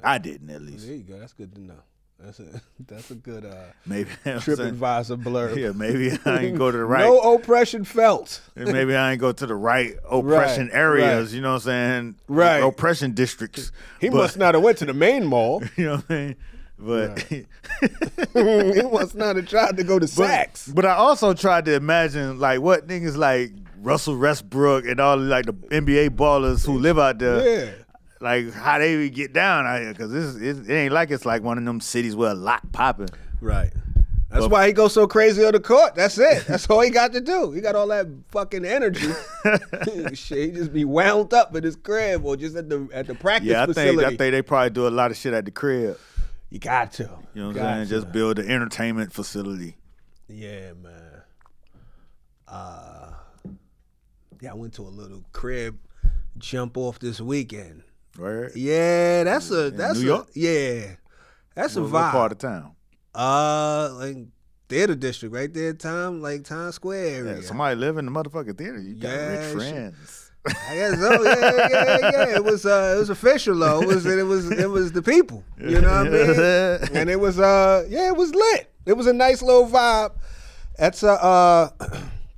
I didn't at least.
There you go. That's good to know. That's a that's a good uh,
Maybe you know what I'm
trip
saying?
advisor blurb.
yeah, maybe I ain't go to the right.
No oppression felt.
Maybe I ain't go to the right oppression
Right,
areas.
right.
You know what I'm saying?
Right.
Oppression districts.
He
But-
must not have went to the main mall.
You know what I mean? But
he must not have tried to go to
but-
Saks.
But I also tried to imagine like what niggas like Russell Westbrook and all like the NBA ballers who live out there.
Yeah.
Like how they would get down out here because this is- it ain't like it's like one of them cities where a lot popping.
Right. That's why he goes so crazy on the court. That's it. That's all he got to do. He got all that fucking energy. Shit, he just be wound up at his crib or just at the at the practice
Yeah, I
facility.
think I think they probably do a lot of shit at the crib.
you got to.
You know what
Got
I'm saying?
to.
Just build an entertainment facility.
Yeah, man. Uh, yeah, I went to a little crib jump off this weekend.
Right?
Yeah, that's a that's
New
a
York?
yeah, that's a
What-
vibe.
what part of town?
Uh, like theater district right there, time like Times Square
Yeah,
area.
Somebody live in the motherfucking theater. You got
Yeah, shit.
rich friends.
I guess so. Yeah, yeah, yeah. It was uh, it was official though. It was it was it was the people. You know what I mean? And it was uh, yeah, it was lit. It was a nice little vibe. That's a uh,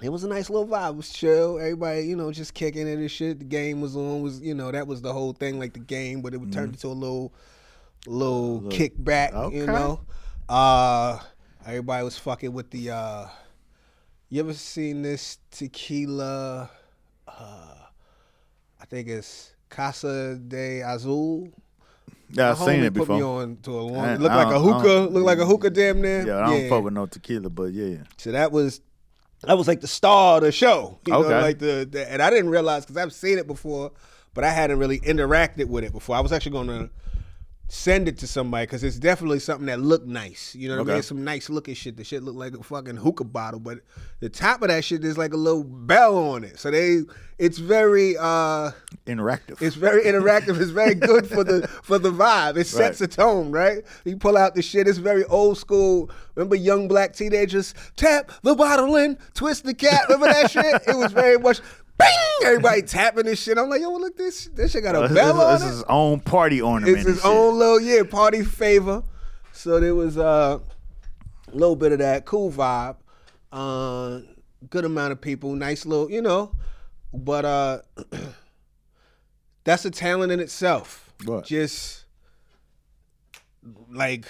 it was a nice little vibe. It was chill. Everybody, you know, just kicking it and shit. The game was on. Was you know that was the whole thing, like the game, but it would turn into a little little kickback. You
okay.
know, uh, everybody was fucking with the. uh You ever seen this tequila? uh, I think it's Casa de Azul.
Yeah, I've
My
seen
homie
it
put me
before.
on to a long.
I-
It looked
I
like a
don't- I
hookah.
don't-
Looked like a hookah damn near.
Yeah, I don't fuck with no tequila, but yeah.
So that was that was like the star of the show. You know,
Okay.
like the, the and I didn't realize because I've seen it before, but I hadn't really interacted with it before. I was actually going to send it to somebody because it's definitely something that looked nice. You know what I
Okay.
mean? It's some nice looking shit. The shit looked like a fucking hookah bottle, but the top of that shit is like a little bell on it. So they, it's very. uh
Interactive.
it's very interactive. It's very good for the for the vibe. It sets
Right.
a tone, right? You pull out the shit. It's very old school. Remember young black teenagers tap the bottle in, twist the cap. Remember that shit? It was very much bing. Everybody tapping this shit. I'm like, yo, look this. Uh, This shit got a
It's-
bell on
it's,
it.
it's his own party ornament.
It's
and
his
shit.
own little yeah party favor. So there was uh, a little bit of that cool vibe. Uh, good amount of people, nice little you know, but uh, that's a talent in itself.
What?
Just like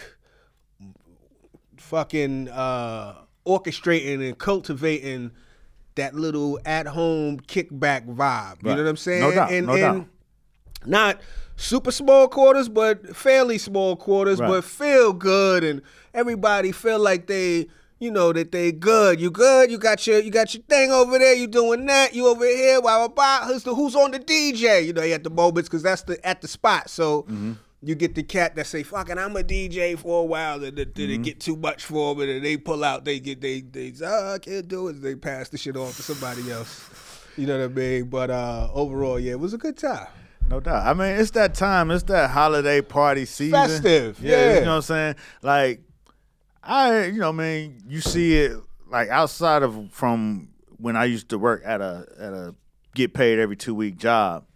fucking uh, orchestrating and cultivating that little at-home kickback vibe. You
Right.
know what I'm saying?
No doubt,
And-
no
and-
doubt.
not super small quarters, but fairly small quarters,
Right.
but feel good and everybody feel like they, you know, that they good. You good? You got your you got your thing over there. You doing that? You over here? Wow, wow, who's the who's on the DJ? You know, at the moments because that's the at the spot. So. You get the cat that say "fucking I'm a DJ" for a while, and then then it get too much for them, and then they pull out. They get they they oh, I can't do it. They pass the shit off to somebody else. You know what I mean? But uh, overall, yeah, it was a good time.
No doubt. I mean, it's that time. It's that holiday party season.
Festive, yeah.
You know what I'm saying? Like, I, you know, I mean, you see it like outside of from when I used to work at a at a get paid every two week job.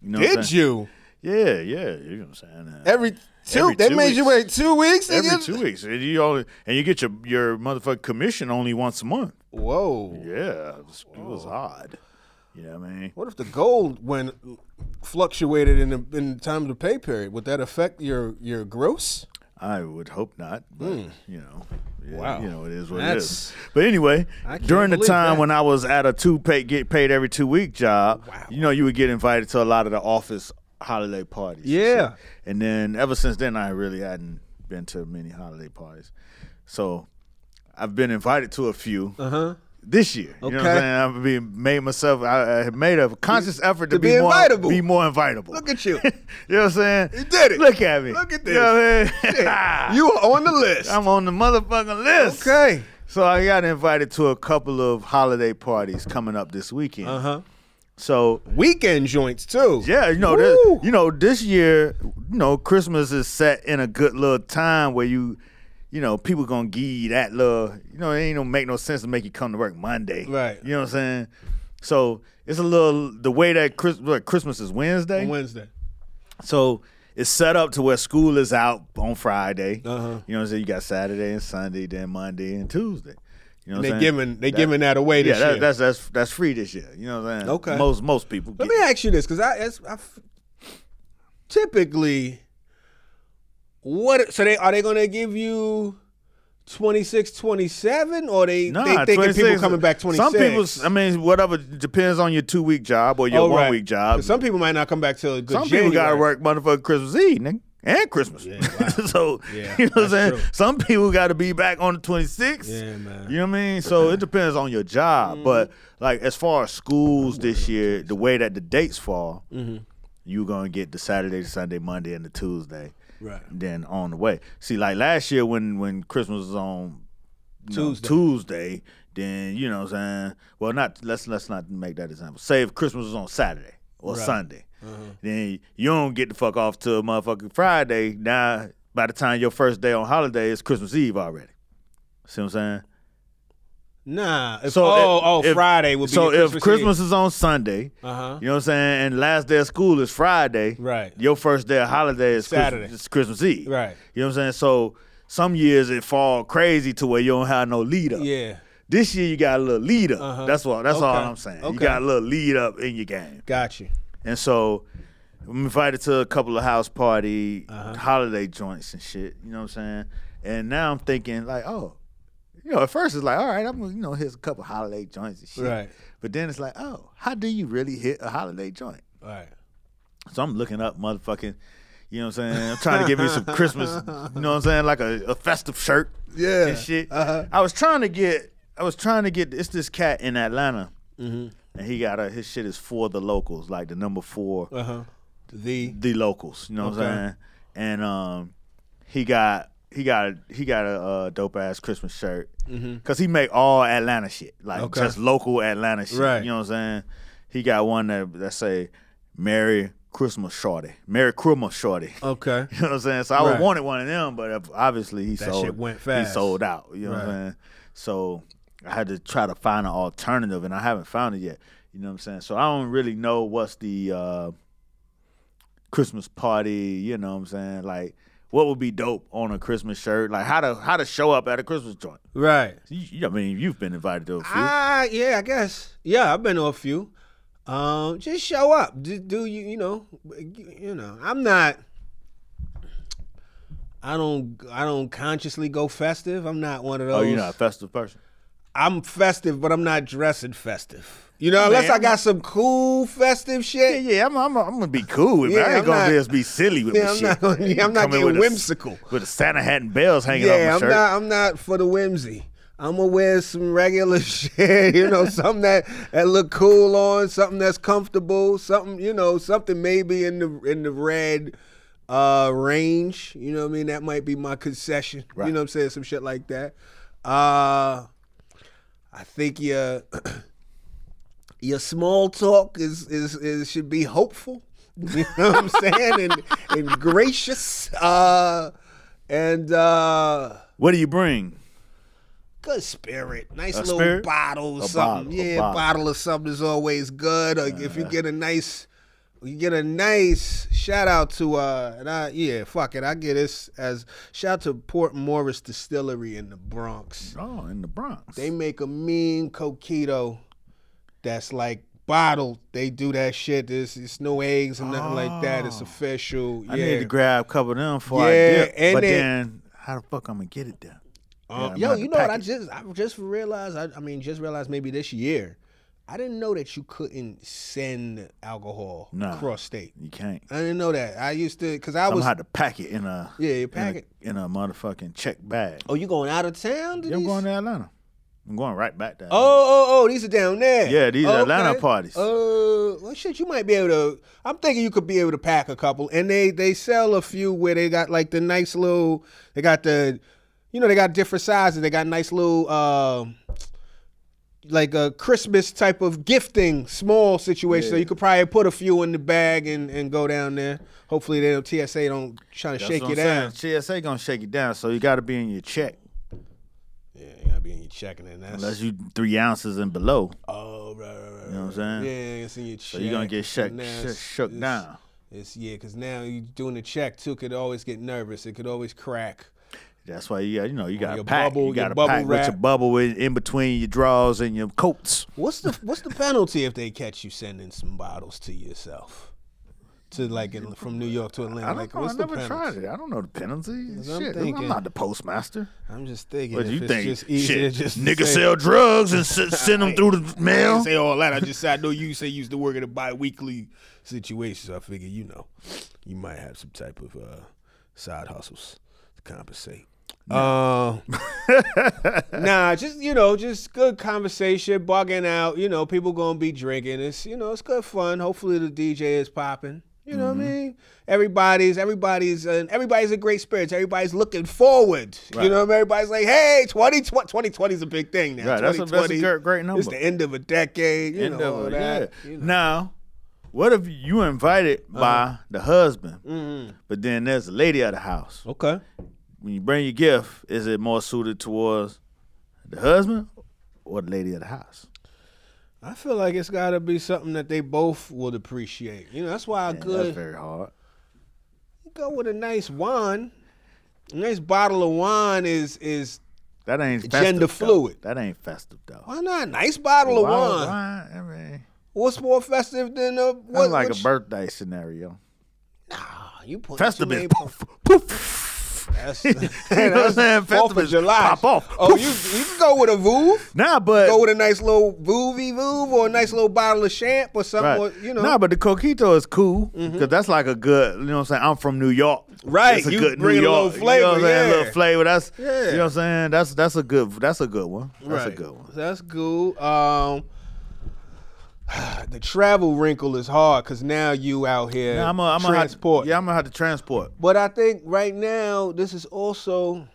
You know? what I'm
Did
saying?
you?
Yeah, yeah. You know what I'm saying?
Every two,
Every
they
two
made you
weeks.
wait two weeks.
Every
nigga?
two weeks, and you only and you get your your motherfucking commission only once a month.
Whoa.
Yeah, it was, it was odd. You know what I mean?
What if the gold went?
fluctuated in the in the time of the pay period. Would that affect your your gross?
I would hope not, but you know, yeah,
Wow.
you know, it is what it
Hmm. That's-
is. But anyway,
can't
during the
believe
time
that.
when I was at a two pay get paid every two week job, you know, you would get invited to a lot of the office holiday parties. and
Yeah.
shit. and then ever since then, I really hadn't been to many holiday parties, so I've been invited to a few. Uh huh. This year, you know what
Uh-huh. Okay.
I'm saying? I've been made myself. I, I had made a conscious effort to,
to be
more
invitable.
Be more invitable.
Look at you.
you know what I'm saying? You
did it.
Look at me.
Look at
You know what I mean?
you are on the list.
I'm on the motherfucking list.
Ah. okay.
So I got invited to a couple of holiday parties coming up this weekend. Uh
Uh-huh.
huh. So
Weekend joints too.
yeah, you know, this,
Woo.
you know, this year, you know, Christmas is set in a good little time where you, you know, people gonna give you that little, you know, it ain't gonna make no sense to make you come to work Monday,
Right.
You know what I'm saying? So it's a little the way that Chris, what, Christmas is Wednesday.
Wednesday.
So it's set up to where school is out on Friday.
Uh-huh.
You know what I'm saying? You got Saturday and Sunday, then Monday and Tuesday. You know what
They
I'm saying?
giving they giving that away
yeah,
this
that,
year.
that's that's that's free this year. You know what I'm saying?
Okay.
Most most people get
Let me ask you this, because I, it's, I f- typically what so they are they going to give you 26, 27, or they
Nah,
they thinking people
26
coming back twenty
Some
six?
people, I mean, whatever depends on your two week job or your one week job.
Oh, Some people might not come back till a good.
Some people got to
January.
work motherfucking Christmas Eve, nigga. And Christmas, so
Yeah,
you know what I'm
that's
saying.
true.
Some people got to be back on the 26th.
Yeah, man.
You know what I mean. So it depends on your job,
Mm-hmm.
but like as far as schools this year, the way that the dates fall,
Mm-hmm.
you're gonna get the Saturday, the Sunday, Monday, and the Tuesday.
Right.
Then on the way. See, like last year when when Christmas was on you know,
Tuesday.
Tuesday, then you know what I'm saying. Well, not let's let's not make that example. Say if Christmas was on Saturday or Sunday,
Uh-huh.
then you don't get the fuck off till motherfucking Friday. Now, by the time your first day on holiday is Christmas Eve already. See what I'm saying?
Nah. If,
So
oh,
if-
oh,
if-
Friday will be.
So
your
if Christmas is on Sunday,
Uh huh.
you know what I'm saying, and last day of school is Friday.
Right.
Your first day of holiday is
Saturday.
Christmas, it's Christmas Eve.
Right.
You know what I'm saying? So some years it fall crazy to where you don't have no lead up.
Yeah.
This year you got a little lead up. That's what that's all
Uh-huh. Okay.
I'm saying. You
Okay.
got a little lead up in your game.
Got you.
And so I'm invited to a couple of house party
Uh-huh.
holiday joints and shit. You know what I'm saying? And now I'm thinking like, oh, you know, at first it's like, all right, I'm gonna, you know, hit a couple holiday joints and shit.
Right.
But then it's like, oh, how do you really hit a holiday joint?
All right.
So I'm looking up motherfucking, You know what I'm saying? I'm trying to give me some Christmas, you know what I'm saying? Like a, a festive shirt.
Yeah. Uh-huh.
And shit. I was trying to get, I was trying to get, it's this cat in Atlanta.
Mm-hmm.
And he got a, his shit is for the locals, like the number 4
Uh-huh. The
the locals. You know what I'm saying? And um, he got he got he got a, uh dope ass Christmas shirt
Mm-hmm.
because he make all Atlanta shit, like just local Atlanta shit.
Right.
You know what I'm saying? He got one that that say "Merry Christmas, Shorty," "Merry Christmas, Shorty."
Oh, okay.
You know what I'm saying? So I
Right.
wanted one of them, but ob- obviously he sold.
shit went
He
fast.
sold out. You know what I'm saying? So I had to try to find an alternative, and I haven't found it yet. You know what I'm saying? So I don't really know what's the uh, Christmas party. You know what I'm saying? Like, what would be dope on a Christmas shirt? Like how to how to show up at a Christmas joint?
Right.
You, you- I mean, you've been invited to a few.
Ah, yeah, I guess. Yeah, I've been to a few. Um, just show up. Do, do you, you know, you you know, I'm not. I don't. I don't consciously go festive. I'm not one of those.
oh, you're not a festive person.
I'm festive, but I'm not dressing festive. You know, unless I got some cool festive
Yeah,
shit.
yeah, I'm, I'm, I'm gonna be cool with it.
Yeah,
I ain't
I'm
gonna
not-
just be silly with
Yeah,
my
I'm
shit.
not gonna- yeah, I'm not
Come in
getting
with a s-
whimsical.
with a Santa hat and bells hanging off my
Yeah, I'm
shirt.
not. I'm not for the whimsy. I'm gonna wear some regular shit. You know, something that that look cool on, something that's comfortable, something you know, something maybe in the in the red uh range. You know what I mean? That might be my concession. You know what I'm saying? Some shit like that. Uh I think your your small talk is is, is should be hopeful. You know what I'm saying? And and gracious. Uh and uh
What do you bring?
good spirit. Nice little
spirit?
bottle or
A
something.
bottle, a
yeah,
bottle.
bottle. of something is always good. Or if you get a nice you get a nice shout out to uh and I yeah, fuck it. I get this as shout out to Port Morris Distillery in the Bronx.
Oh, in the Bronx.
They make a mean coquito that's like bottled. They do that shit. There's it's no eggs or nothing like that. It's official.
Oh. I
yeah.
need to grab a couple of them before
Yeah,
I dip.
and
but
then-
then, how the fuck I'm gonna get it there?
Um,
Yeah,
yo,
I'm about
you know
to
what? I
pack it.
just I just realized. I, I mean, just realized maybe this year, I didn't know that you couldn't send alcohol
Nah.
across state.
You can't.
I didn't know that. I used to because I
I'm
was.
gonna have to pack it in a
Yeah, you
in a-
pack it.
in a motherfucking check bag.
Oh, you going out of town? To
Yeah, I'm
these?
going to Atlanta. I'm going right back there.
Oh, oh, oh, these are down there.
Yeah, these are Atlanta parties.
Oh, well, shit, you might be able to. I'm thinking you could be able to pack a couple, and they they sell a few where they got like the nice little. They got the, you know, they got different sizes. They got nice little. um like a Christmas type of gifting, small situation. So you could probably put a few in the bag and, and go down there. Hopefully, they don't TSA don't try to
That's
shake
what
you
I'm
down.
saying. TSA gonna shake you down, so you got to be in your check.
Yeah, you gotta be in your checking and that's.
Unless you three ounces and below,
Oh, right, right, right.
you know what I'm saying?
Yeah, it's in your check.
So you're gonna get shook,
and now
shook,
it's-
shook
it's-
down.
It's yeah, because now you doing the check too. Could always get nervous. It could always crack.
That's why you got, you know, you got to
your
pack.
bubble-
you
your
got to
bubble
pack with
wrap.
your bubble in, in between your drawers and your coats.
What's the what's the penalty if they catch you sending some bottles to yourself? To like in- from New York to Atlanta.
I don't
like,
know.
what's
I
the
never
penalty?
tried it. I don't know the penalty.
I'm
Shit, I'm,
thinking-
not the postmaster.
I'm just thinking.
What
if
do you
it's
think?
Just easier
Shit,
just to
niggas
say-
sell drugs and s- send them through the
I didn't
mail.
say all that. I just said I know you say you used to work in a bi-weekly situation, so I figure you know you might have some type of uh, side hustles to compensate. Uh, nah, just you know, just good conversation, bugging out. You know, people gonna be drinking. It's you know, it's good fun. Hopefully, the DJ is popping. You know
Mm-hmm.
what I mean? Everybody's everybody's uh, everybody's in great spirits. Everybody's looking forward. You know, what I mean? everybody's like, "Hey, 2020 2020 is a big thing now."
Right, that's a- that's a
2020,
great- great
It's
number.
the end of a decade. You
End
know,
of
all
it,
that.
yeah.
You know. Uh-huh.
Now, what if you invited by the husband,
Mm-hmm.
but then there's a lady at the house?
Okay.
When you bring your gift, is it more suited towards the husband or the lady at the house?
I feel like it's got to be something that they both would appreciate. You know, that's why I
Man, That's
good
very hard.
go with a nice wine. A nice bottle of wine is is
That ain't festive,
Gender
though.
fluid.
That ain't festive though.
why not? Nice bottle of
Why would
wine.
wine? I mean,
What's more festive than a
that's
what?
like
what
a
you-
birthday scenario.
Nah, you put
Festive
too many-
is poof, poof. Voof.
That's-
you know what I'm saying?
Fourth of
Festivus
July.
Pop off.
Oh, you you can go with a voove.
Nah, but
Go with a nice little voovy voove or a nice little bottle of champ or something.
Right.
Or, you know. Mm-hmm.
Nah, but the coquito is cool because that's like a good. You know what I'm saying? I'm from New York.
Right,
It's a
you
good
bring
New
a little
York. you know what I'm
flavor,
saying?
yeah.
little flavor. That's
Yeah.
you know what I'm saying. That's that's a good. That's a good one. That's a good one.
That's good. Um, the travel wrinkle is hard because now you out here
Yeah, I'm gonna I'm gonna have to,
transport.
yeah, I'm gonna have to transport.
But I think right now this is also,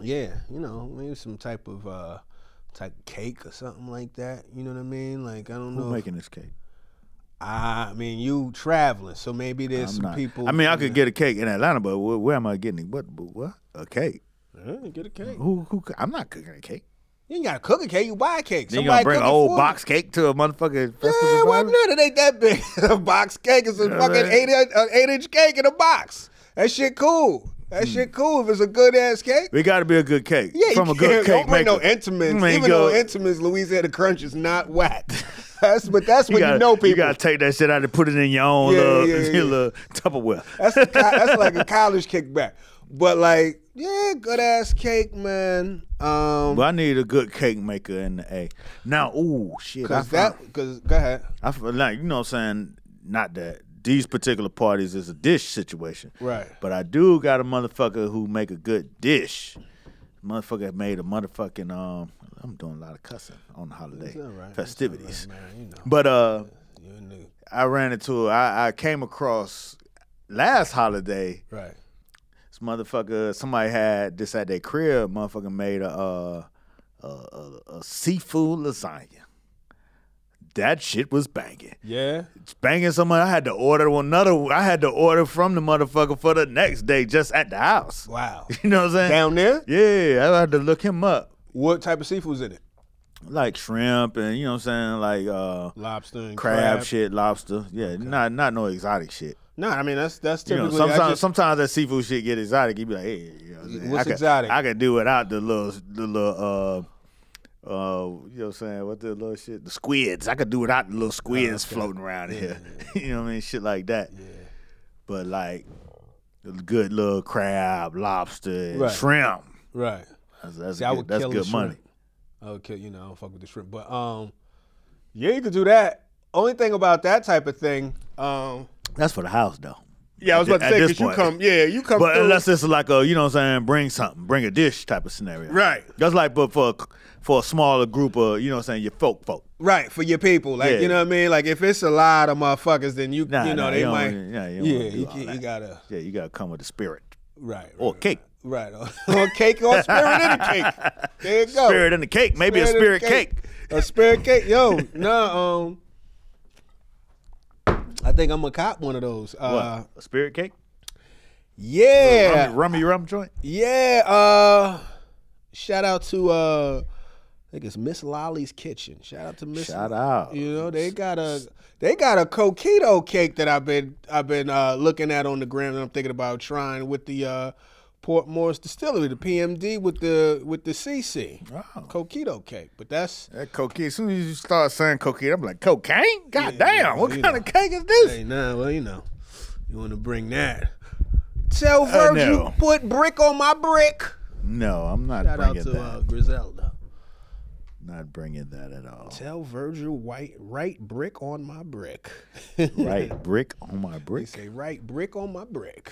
yeah, you know, maybe some type of uh type of cake or something like that. You know what I mean? Like I don't
Who's
know. if-
making this cake?
I mean, you traveling, so maybe there's
I'm
some
not-
people.
I mean, I could get a cake in Atlanta, but where, where am I getting it? What? What? what? A cake?
get a cake.
Who? Who? I'm not cooking a cake.
You ain't got to cook a cake. You buy a cake.
Then you
Somebody
gonna bring
cook
an
it
old
for
box cake to a motherfucking
You.
festival?
Yeah, why
party?
not? It ain't that big. a box cake is a
Yeah,
fucking
man.
eight inch, an eight inch cake in a box. That shit cool. That shit cool if it's a good ass cake.
It got to be a good cake.
Yeah,
Hmm. from
you
a good
can't-
cake
Don't bring no
maker.
intimates.
You ain't
Even
go-
though intimates, Louisiana Crunch is not whack. That's but that's
You
when you,
gotta,
know people.
you gotta take that shit out and put it in your own
Yeah,
little,
yeah, yeah.
your little Tupperware.
That's the, co- that's like a college kickback. But like, yeah, good ass cake, man. Um,
But I need a good cake maker in the A. Now, ooh, shit. I
cause
found,
that because go ahead.
I found- like, you know what I'm saying? Not that these particular parties is a dish situation.
Right.
But I do got a motherfucker who make a good dish. Motherfucker made a motherfucking, um, I'm doing a lot of cussing on the holiday festivities. But, uh,
You knew.
I ran into, I, I came across last holiday.
Right.
This motherfucker, somebody had this at their crib. Motherfucker made a uh, a, a, a seafood lasagna. That shit was banging.
Yeah.
It's banging so much. I had to order one another. I had to order from the motherfucker for the next day, just at the house.
Wow.
You know what I'm saying?
Down there,
Yeah, I had to look him up.
what type of seafood's in it?
Like shrimp and you know what I'm saying, like uh,
Lobster and
crab, shit, lobster. Yeah, not not no exotic shit.
No, I mean that's that's
You know,
typically. I
sometimes
just-
sometimes that seafood shit get exotic. You be like, hey, you know what I'm saying?
What's
I could,
exotic?
I could do without the little the little uh uh you know what I'm saying? What the little shit? The squids. I could do without
Oh,
the little squids floating around here. you know what I mean? Shit like that. Yeah. But like the good little crab, lobster, and
Right.
shrimp.
right.
That's, that's
See, I
good,
would
that's
kill a
good
shrimp.
money.
Okay, you know, I don't fuck with the shrimp. But um yeah, you could do that. Only thing about that type of thing, um
That's for the house though.
Yeah, I was about to
At
say
this
because you
point.
come yeah, you come
But
through.
unless it's like a, you know what I'm saying, bring something, bring a dish type of scenario.
Right.
That's like but for for a smaller group of, you know what I'm saying, your folk folk.
right, for your people. Like
Yeah.
you know what I mean? Like if it's a lot of motherfuckers, then you
Nah,
you
nah,
know, they
don't-
might
yeah, you, don't
Yeah,
wanna do
you,
all
can- you
that.
gotta
yeah, you gotta come with the spirit
right.
or
right,
cake,
Right. Or, or cake or spirit in the cake. There you go.
spirit in the cake, maybe a
in the
spirit cake.
A spirit cake. Yo, no, um I think I'm gonna cop one of those. Uh
what? A spirit cake,
yeah.
rummy, rummy rum joint.
Yeah, uh shout out to uh I think it's Miss Lolly's Kitchen. Shout out to Miss
Shout out.
You know, they got a they got a coquito cake that I've been I've been uh looking at on the gram and I'm thinking about trying with the uh Port Morris Distillery, the PMD with the with the CC.
Oh.
Coquito cake. But that's
That cocaine. As soon as you start saying cocaine, I'm like cocaine. God damn, what
you
kind
know.
of cake is this?
hey nah, well you know. You wanna bring that. Tell
Uh,
Virgil
no.
put brick on my brick.
No, I'm not
Shout out
bringing
to
that.
uh, Griselda.
Not bringing that at all.
Tell Virgil White, right brick on my brick.
Right, brick on my brick.
Say right brick on my brick.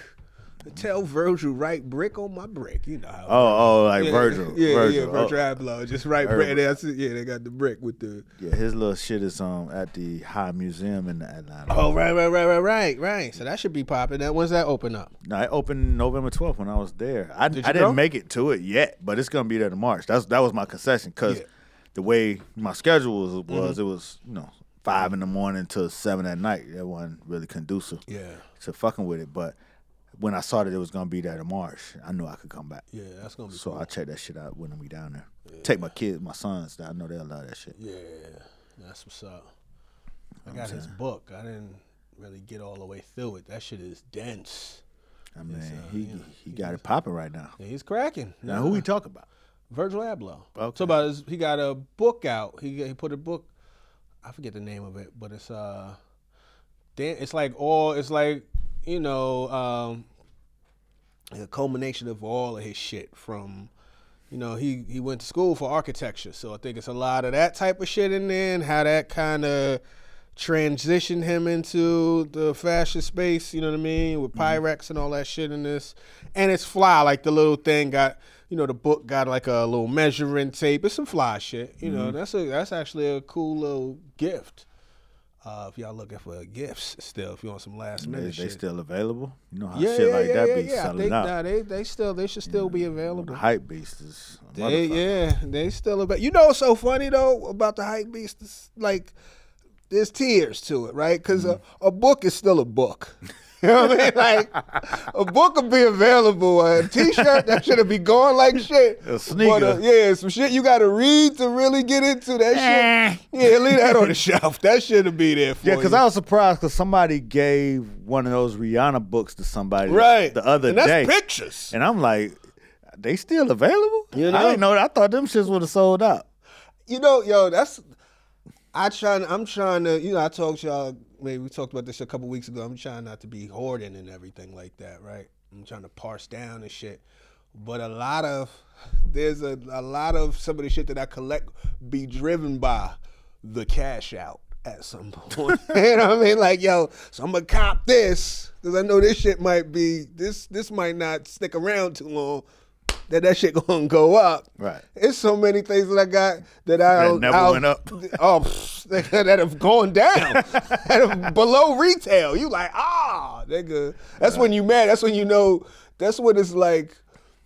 Tell Virgil right brick on my brick. You know how.
Oh, oh, like Virgil.
Yeah,
Virgil.
yeah,
oh.
Virgil Abloh. Just right brick. That's it. Yeah, they got the brick with the.
Yeah, his little shit is um at the High Museum in Atlanta.
Oh, right, right, right, right, right, right. So that should be popping. That when's that open up?
No, it opened November 12th when I was there. I, Did
you
I didn't
go?
make it to it yet, but it's gonna be there in March. That's that was my concession because
Yeah. Mm-hmm.
the way my schedule was, was it was you know five in the morning till seven at night. That wasn't really conducive
Yeah,
to fucking with it. But when I saw that it was gonna be there in March, I knew I could come back.
yeah, that's gonna be.
So I checked that shit out when we down there. Take my kids, my sons. I know they'll love that shit.
Yeah, that's what's up. I got his book. I didn't really get all the way through it. That shit is dense.
I mean, he he got it popping right now.
Yeah, he's cracking.
Now who we talking about?
Virgil Abloh.
Okay.
So about his, he got a book out. He he put a book. I forget the name of it, but it's uh, dan- it's like all it's like you know um, the culmination of all of his shit from you know he he went to school for architecture so i think it's a lot of that type of shit in there and how that kind of transitioned him into the fashion space you know what i mean with
Mm-hmm.
pyrex and all that shit in this and it's fly like the little thing got you know the book got like a little measuring tape it's some fly shit you
Mm-hmm.
know that's a that's actually a cool little gift uh, if y'all looking for gifts still if you want some last minute
They, they
shit
still available? You know how Uh, shit like that be
I
selling
think,
out.
nah, they they still they should still be
The
available.
hype beast is a
They,
motherfucker.
yeah, they still about. You know, what's so funny though about the hype beast is like there's tears to it, right? Because
Mm.
a, a book is still a book. You know what I mean? Like a book will be available. A T-shirt that should be going like shit.
A sneaker.
But, uh, yeah, some shit you got to read to really get into that shit. Yeah, leave that on the shelf. That shit will be there for
Eh. Yeah,
you.
because I was surprised because somebody gave one of those Rihanna books to somebody
right
the other
and that's
day,
pictures.
and I'm like, they still available?
You
I
know?
didn't know. That. I thought them shits would have sold out.
you know, yo, that's I trying. I'm trying to. You know, I talked to y'all. Maybe we talked about this a couple weeks ago. I'm trying not to be hoarding and everything like that, right? I'm trying to parse down and shit. But a lot of there's a, a lot of some of the shit that I collect be driven by the cash out at some point. you know what I mean? Like, yo, so I'm gonna cop this because I know this shit might be this this might not stick around too long. That that shit gonna go up.
Right.
It's so many things that I got that I
That never went up.
Oh, pfft, that have gone down, that have below retail. You like ah, nigga. That's when you mad. That's when you know. That's when it's like.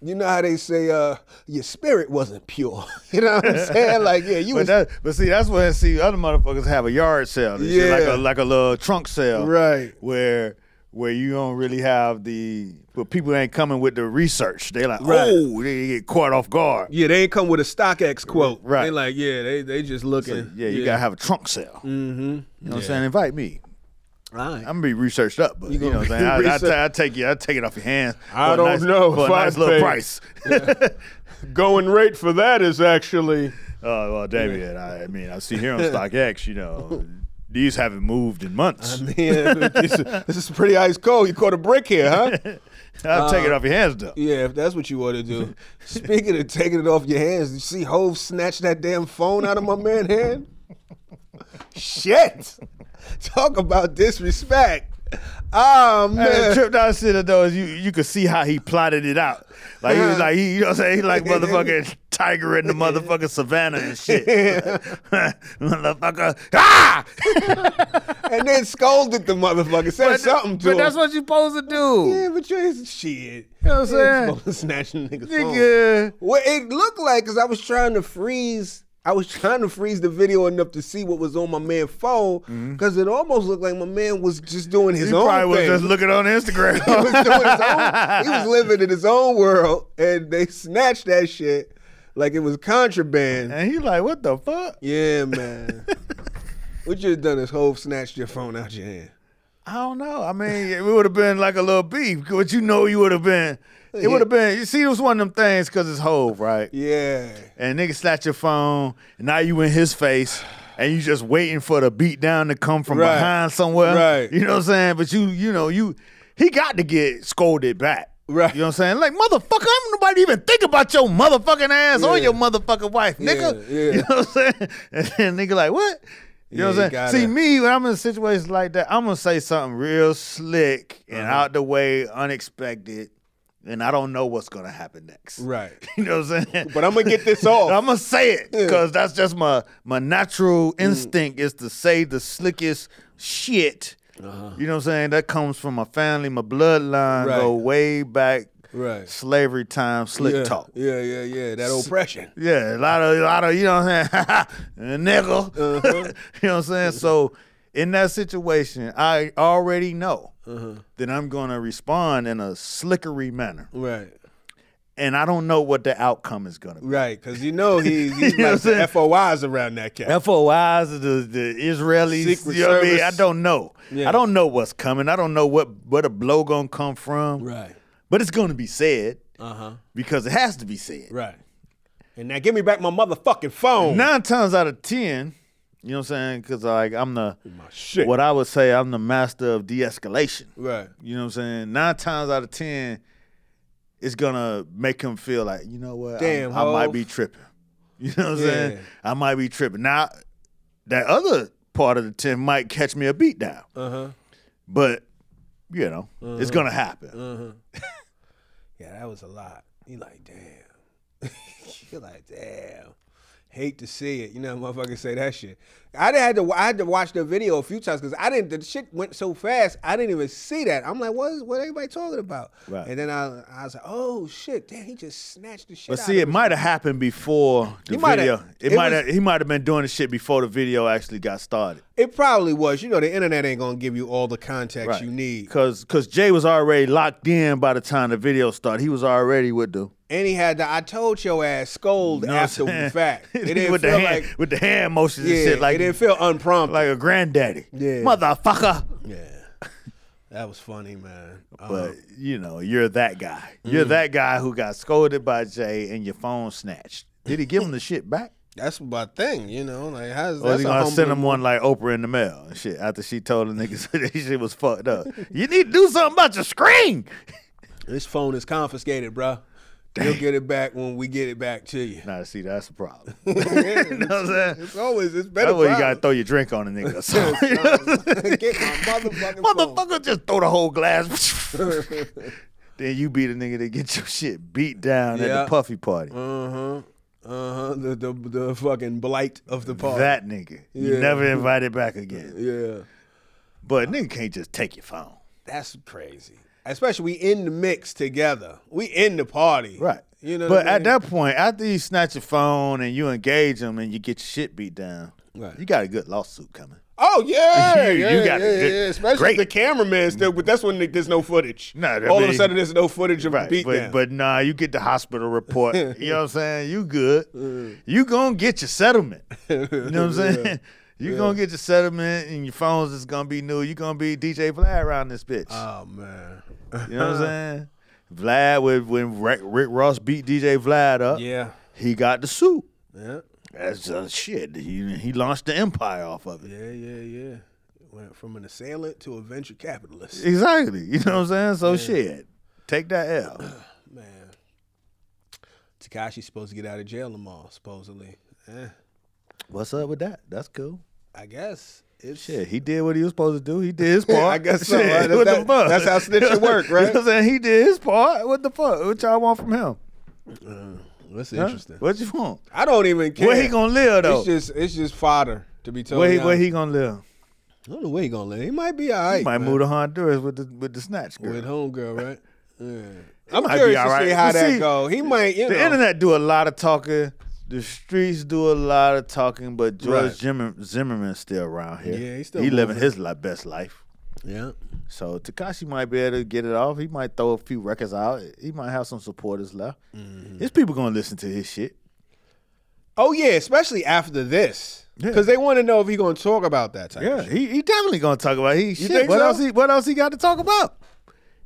You know how they say uh, your spirit wasn't pure. You know what I'm saying? Like yeah, you
But
was
that, but see, that's when see other motherfuckers have a yard sale, yeah,
Yeah.
like a like a little trunk sale,
Right.
Where where you don't really have the, where people ain't coming with the research. They like,
Right.
oh, they get caught off guard.
yeah. They ain't come with a StockX quote.
Right.
They like yeah. They they just looking.
So, yeah, you gotta have a trunk sale. Mm-hmm. You know what I'm saying? Invite me.
All right.
I'm gonna be researched up, but you, know what I'm
gonna
saying? I,
be
I, ta-
research-
I take you, I take it off your hands.
I
for a
don't
nice-
know
for a
if I'd
nice little
pay.
price.
Going rate for that is actually
Oh well, David. I, I mean, I see here on StockX, you know, these haven't moved in months.
Yeah, this, this is pretty ice cold. You caught a brick here, huh?
I'll take it
uh,
off your hands though.
Yeah, if that's what you want to do. Speaking of taking it off your hands, you see Hove snatch that damn phone out of my man hand? Shit! Talk about disrespect. Ah
Hey, the
man.
trip down city though is you you could see how he plotted it out. Like he
Uh-huh.
was like he you know what I'm saying he like motherfucking tiger in the motherfucking savannah and shit. Motherfucker Ah
and then scolded the motherfucker. Said something to
But
him. Oh.
that's what you supposed to do.
yeah, but you ain't shit.
You know what I'm saying?
Snatching niggas phone.
Nigga.
What it looked like is I was trying to freeze. I was trying to freeze the video enough to see what was on my man's phone because it almost looked like my man was just doing his
Mm-hmm. He
own
probably was
thing.
just looking on Instagram.
he was doing his own. He was living in his own world, and they snatched that shit like it was contraband.
and he like, what the fuck?
Yeah, man. what you have done is whole snatched your phone out your hand.
I don't know. I mean, it would have been like a little beef, but you know, you would have been. It would have been. You see, it was one of them things because it's Hove, right?
Yeah.
And nigga snatch your phone, and now you in his face, and you just waiting for the beat down to come from
Right.
behind somewhere.
Right.
You know what I'm saying? But you, you know, you he got to get scolded back.
Right.
You know what I'm saying? Like, motherfucker, I'm nobody even think about your motherfucking ass or
Yeah.
your motherfucking wife, nigga.
yeah.
You know what I'm saying? And then nigga like, what? You know what I'm
Yeah, you
saying?
gotta-
See, me, when I'm in situations like that, I'm gonna say something real slick and
Uh-huh.
out the way, unexpected, and I don't know what's gonna happen next.
Right.
You know what I'm saying?
But I'm gonna get this off.
I'm gonna say it because that's just my my natural
Mm.
instinct is to say the slickest shit.
Uh-huh.
You know what I'm saying? That comes from my family, my bloodline
Right.
go way back,
Right.
slavery time, slick
yeah.
talk.
Yeah, yeah, yeah. That oppression.
Yeah, a lot of, a lot of, you know what I'm saying, nigga.
Uh-huh.
you know what I'm saying? So in that situation, I already know
Uh-huh.
that I'm gonna respond in a slickery manner,
Right.
and I don't know what the outcome is gonna be.
Right. Cause you know he, he's
You know what I'm
like
saying?
the FOIs around that cat.
FOIs, the, the Israelis,
Secret
you know what I mean? I
Service.
don't know.
Yeah.
I don't know what's coming. I don't know what where the blow gonna come from.
Right.
But it's gonna be said
Uh-huh.
because it has to be said.
Right. And now give me back my motherfucking phone.
Nine times out of ten, you know what I'm saying? Because like I'm the
Shit.
what I would say I'm the master of de-escalation.
Right.
You know what I'm saying? Nine times out of ten, it's gonna make him feel like you know what,
Damn,
I, I might
Hov.
be tripping. You know what I'm
Yeah.
saying? I might be tripping. Now that other part of the ten might catch me a beat down,
Uh huh.
but you know it's
Uh-huh.
gonna happen.
Yeah, that was a lot. You like, damn. you like, damn. Hate to see it. You know, motherfuckers say that shit. I done had to. I had to watch the video a few times because I didn't. The shit went so fast. I didn't even see that. I'm like, what? Is, what everybody talking about?
Right.
And then I, I was like, oh shit, damn, he just snatched the shit.
But
out
see, it
of him.
might have happened before the
He mighta-
video. It,
it
might
was-
have. He might have been doing the shit before the video actually got started.
It probably was. You know, the internet ain't gonna give you all the context
Right.
you need.
Cause, cause Jay was already locked in by the time the video started. He was already with the.
And he had the I told your ass scold
You know what I'm
after the
saying?
fact. It didn't
with
feel
the hand,
like
with the hand motions
yeah,
and shit,
it
like
didn't feel unprompted.
like a granddaddy.
Yeah. Uh-huh.
motherfucker.
Yeah. That was funny, man. Um,
But you know, you're that guy. You're
Mm-hmm.
that guy who got scolded by Jay and your phone snatched. Did he give him the shit back?
that's my thing, you know. Like, how's
Or
that?
is he Oh, gonna send him one like Oprah in the mail and shit after she told the niggas that his shit was fucked up? You need to do something about your screen.
This phone is confiscated, bruh. You'll get it back when we get it back to you.
Nah, see, that's the problem. you know what I'm saying?
It's always it's better.
That's where you
problem.
gotta throw your drink on the nigga. or something. You know what I'm saying?
get my motherfucking phone.
Motherfucker, just throw the whole glass. then you be the nigga that get your shit beat down at
Yeah.
the puffy party.
Uh huh. Uh huh. The, the the fucking blight of the park.
That nigga, you
Yeah.
never invited back again.
yeah.
But nigga can't just take your phone.
That's crazy. Especially we in the mix together. We in the party.
Right.
You know.
but
what I
at
mean?
that point, after you snatch your phone and you engage them and you get your shit beat down,
Right.
you got a good lawsuit coming.
Oh yeah,
You-
yeah,
you got
yeah,
it.
yeah, yeah. Especially
Great.
if the cameraman still, but that's when there's no footage.
No, I
all of a
mean-
sudden there's no footage of
Right.
the
But
beatdown.
but nah, you get the hospital report. you know what I'm saying? You good. You gonna get your settlement. You know what I'm saying? You gonna get your settlement and your phones is gonna be new. You gonna be DJ Vlad around this bitch.
oh man,
you know what I'm saying? Vlad when when Rick, Rick Ross beat DJ Vlad up,
yeah,
he got the suit.
yeah,
That's uh, shit. He he launched the empire off of it.
yeah, yeah, yeah. Went from an assailant to a venture capitalist.
Exactly. You know what I'm saying? So shit. Take that L.
Man, Takashi's supposed to get out of jail tomorrow, supposedly. Eh,
What's up with that? That's cool.
I guess it's
Shit, he did what he was supposed to do. He did his part.
I guess so,
Shit,
right?
What
That-
the fuck?
that's how snitching work,
You know
right?
what I'm saying? He did his part. What the fuck? What y'all want from him?
That's
Huh?
interesting.
What you want?
I don't even care.
Where he gonna live though?
It's just it's just fodder to be told.
where he, where he gonna live?
I don't know where he gonna live. He might be all right.
He might
man.
move to Honduras with the with the snatch girl.
with homegirl, right? Yeah. I'm
might be
curious to
all right.
see how
But
that
see,
go. He might, you
the
know.
internet do a lot of talking. The streets do a lot of talking, but George
Right.
Zimmer, Zimmerman's still around here.
Yeah, he's still
he living
moving.
his li- best life.
Yeah.
So Takashi might be able to get it off. He might throw a few records out. He might have some supporters left.
Mm-hmm.
His people gonna listen to his shit.
Oh yeah, especially after this,
Yeah.
because they want to know if he gonna talk about that type.
Yeah, he, he definitely gonna talk about it. he shit.
think
what
so?
else he what else he got to talk about?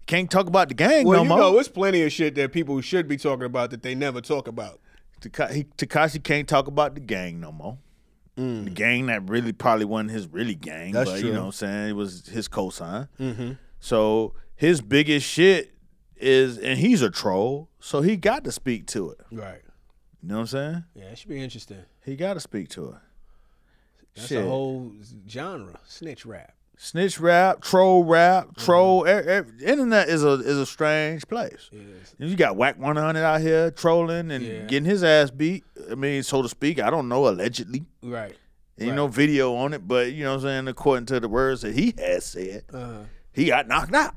Can't talk about the gang
Well,
no
you
more.
know, it's plenty of shit that people should be talking about that they never talk about.
Taka- he- Takashi can't talk about the gang no more. The gang that really probably wasn't his really gang,
Mm. That's
but you
true. Mm-hmm.
know what I'm saying? It was his cosign. So his biggest shit is, and he's a troll, so he got to speak to it.
Right.
You know what I'm saying?
Yeah, it should be interesting.
He got to speak to it.
That's
Shit.
a whole genre, snitch rap.
Snitch rap, troll rap,
Mm-hmm.
troll. e- e- internet is a is a strange place. You got Whack 100 out here trolling and
Yeah.
getting his ass beat. I mean, so to speak. I don't know, allegedly.
Right.
Ain't no video on it, but you know what I'm saying? According to the words that he has said,
Uh-huh.
he got knocked out.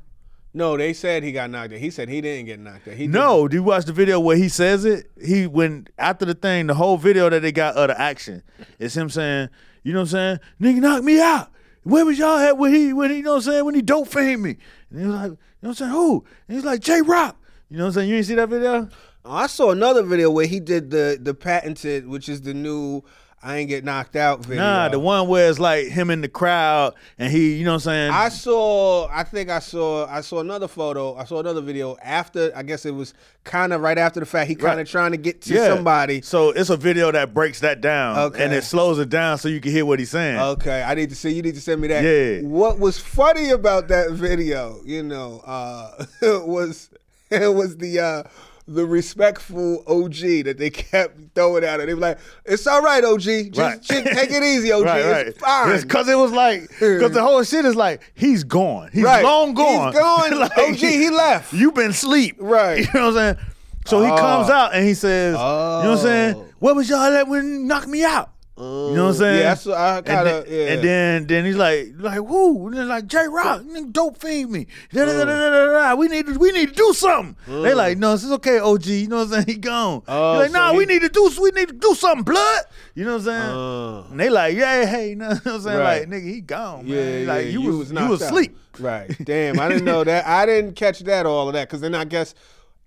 No, they said he got knocked out. He said he didn't get knocked out. He
No, do you watch the video where he says it? He when after the thing, the whole video that they got of the action, it's him saying, you know what I'm saying, nigga knocked me out. Where was y'all at when he when he you know what I'm saying when he dope famed me? And he was like, you know what I'm saying, who? And he's like, J Rock. You know what I'm saying? You ain't see that video?
Oh, I saw another video where he did the the patented, which is the new "I ain't get knocked out" video.
Nah, the one where it's like him in the crowd and he, you know what I'm saying?
I saw. I think I saw. I saw another photo. I saw another video after. I guess it was kind of right after the fact. He kind
Right.
of trying to get to
Yeah.
somebody.
So it's a video that breaks that down and
Okay.
it slows it down so you can hear what he's saying.
Okay, I need to see. You need to send me that.
Yeah.
What was funny about that video, you know, uh, was it was the uh, the respectful OG that they kept throwing at her. They were like, "It's all right, OG. Just,
Right.
just take it easy, OG. It's fine."
Because it was like, because the whole shit is like, he's gone. He's
Right.
long gone.
He's gone. OG, he left.
you been sleep.
Right.
You
Oh.
know what I'm saying? So he comes out and he says, you know what I'm saying? Where was y'all at when you knocked me out? You know what I'm saying?
Oh. Yeah, that's what I
And
kinda-
then-
yeah.
And then, then he's like, like, whoo, and then like J Rock, nigga, dope fiend me. Da, da, da, da, da, da, da. We need, to, we need to do something. They like, no, this is okay, OG. You know what I'm saying? He gone.
Oh,
He's like,
so
nah,
he-
we need to do, we need to do something, blood. You know what I'm saying?
Uh-huh.
And they like, yeah, hey, you know what I'm saying?
Uh, Right.
Like, nigga, he gone,
Yeah,
man.
yeah,
like,
yeah,
you, was, you
knocked
was
out.
asleep.
Right. Damn, I didn't know that. I didn't catch that all of that because then I guess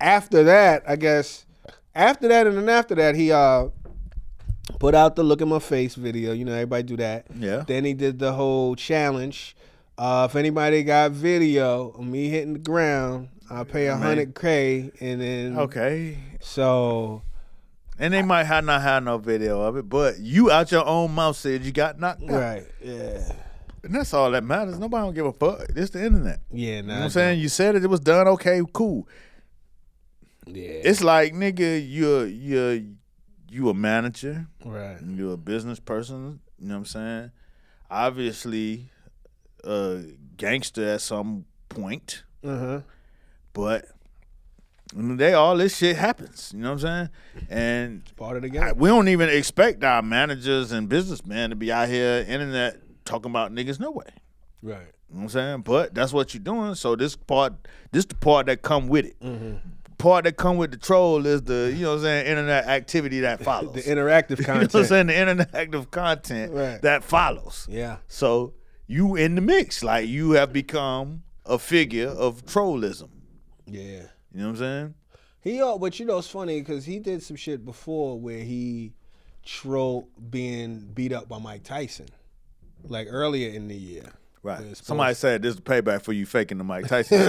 after that, I guess after that and then after that, he uh put out the look at my face video. You know, everybody do that.
Yeah.
Then he did the whole challenge. Uh, if anybody got video of me hitting the ground, I'll pay a hundred k, and then
Okay.
so
And they might have not had no video of it, but you out your own mouth said you got knocked out.
right, yeah,
And that's all that matters. Nobody don't give a fuck. It's the internet.
yeah.
You know what
Nah,
I'm saying? You said it, it was done, okay, cool.
yeah,
It's like, nigga, you're you're you a manager,
right,
you're a business person, you know what I'm saying? Obviously a gangster at some point.
uh huh,
But in the day, all this shit happens. You know what I'm saying? And
part of the
I-
game.
we don't even expect our managers and businessmen to be out here internet talking about niggas. No way.
Right,
You know what I'm saying? But that's what you're doing. So this part, this the part that come with it.
Mm-hmm.
Part that come with the troll is the you know what I'm saying internet activity that follows.
the interactive
you know what I'm
content.
saying? The interactive content
Right.
that follows.
yeah.
So you in the mix, like you have become a figure of trollism.
Yeah.
You know what I'm saying?
He, uh, but you know, it's funny because he did some shit before where he trolled being beat up by Mike Tyson, like earlier in the year.
Right.
It's
Somebody said this is payback for you faking the Mike Tyson. you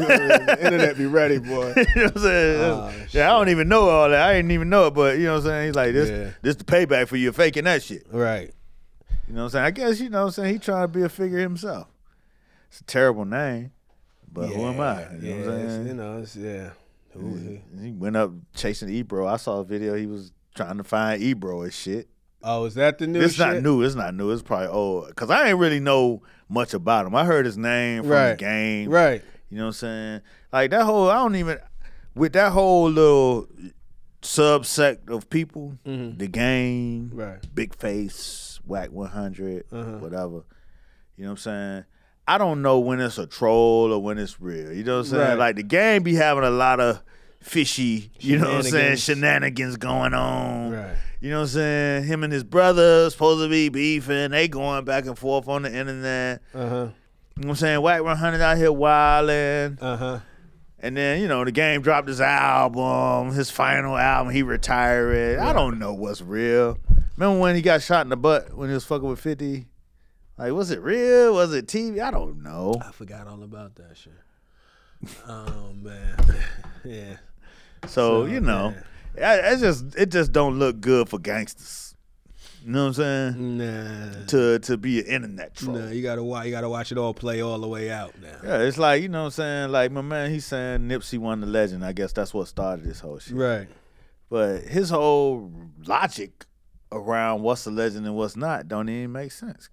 know
the internet be ready, boy.
what I'm saying?
Oh,
yeah, I don't even know all that. I didn't even know it, but you know what I'm saying? He's like, this
Yeah.
this the payback for you faking that shit.
Right.
You know what I'm saying? I guess you know what I'm saying. He trying to be a figure himself. It's a terrible name, but who am I? You
yeah,
know what I'm
it's-
saying?
You know, it's, yeah. Who is he?
He went up chasing Ebro. I saw a video. He was trying to find Ebro and shit.
Oh, is that the new?
It's not
shit?
new. It's not new. It's probably old. Because I ain't really know much about him. I heard his name from the
Right.
game.
Right.
You know what I'm saying? Like that whole I don't even with that whole little subsect of people, the game,
Mm-hmm. Right. Uh-huh.
big face, whack 100, whatever. You know what I'm saying? I don't know when it's a troll or when it's real. You know what I'm saying?
Right.
Like the game be having a lot of fishy, you know what I'm saying, shenanigans going on.
Right.
You know what I'm saying? Him and his brother supposed to be beefing. They going back and forth on the internet.
Uh huh.
You know what I'm saying? Whack 100 out here wildin'.
Uh huh.
And then, you know, the game dropped his album, his final album, he retired. I don't know what's real. Remember when he got shot in the butt when he was fucking with 50? Like, was it real? Was it TV? I don't know.
I forgot all about that shit. Oh man. yeah. Oh,
So, you know, I, I just it just don't look good for gangsters. You know what I'm saying?
Nah.
To to be an internet troll.
Nah. You gotta watch. You gotta watch it all play all the way out now.
Yeah, it's like, you know what I'm saying? Like my man, he's saying Nipsey won the legend. I guess that's what started this whole shit.
Right.
But his whole logic around what's a legend and what's not don't even make sense.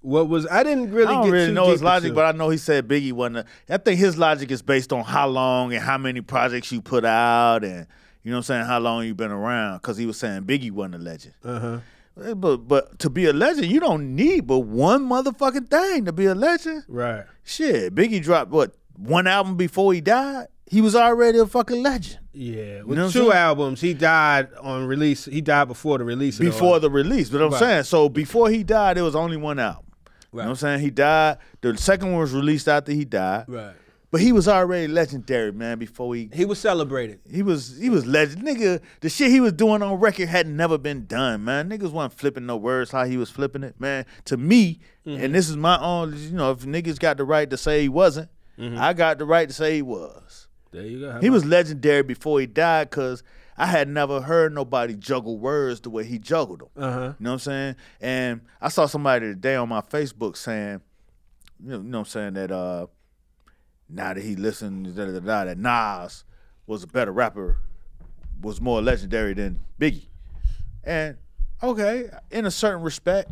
What was I didn't really
I don't
get
really
too
know his
deep
logic,
into
but I know he said Biggie wasn't. A, I think his logic is based on how long and how many projects you put out, and you know what I'm saying, how long you've been around. Because he was saying Biggie wasn't a legend.
Uh-huh.
Uh, But but to be a legend, you don't need but one motherfucking thing to be a legend.
Right.
Shit, Biggie dropped what one album before he died. He was already a fucking legend.
Yeah. With
know what I'm
two
saying?
albums, he died on release. He died before the release. of the
before the
album.
release. But I'm
Right.
saying, so before he died, it was only one album. You know what I'm saying? He died. The second one was released after he died.
right.
But he was already legendary, man. Before he
He was celebrated.
he was he was legend, nigga. The shit he was doing on record had never been done, man. Niggas wasn't flipping no words how he was flipping it, man. To me,
Mm-hmm.
and this is my own. You know, if niggas got the right to say he wasn't,
Mm-hmm.
I got the right to say he was.
There you go.
He was legendary before he died because I had never heard nobody juggle words the way he juggled them.
Uh-huh.
You know what I'm saying? And I saw somebody today on my Facebook saying, you know, you know what I'm saying, that uh, now that he listened, da, da, da, da, that Nas was a better rapper, was more legendary than Biggie. And okay, in a certain respect,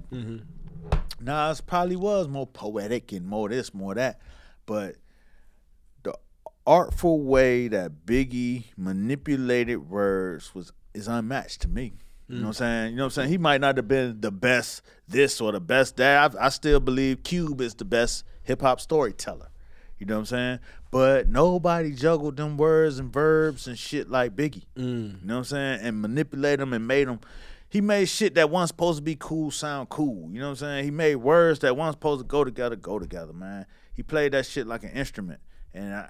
Nas probably was more poetic and more this, more that. But the artful way that Biggie manipulated words was is unmatched to me. You know what I'm saying? You know what I'm saying? He might not have been the best this or the best that. I, I still believe Cube is the best hip hop storyteller. You know what I'm saying? But nobody juggled them words and verbs and shit like Biggie. You know what I'm saying? And manipulate them and made them. He made shit that once supposed to be cool sound cool. You know what I'm saying? He made words that once supposed to go together go together, man. He played that shit like an instrument, and I,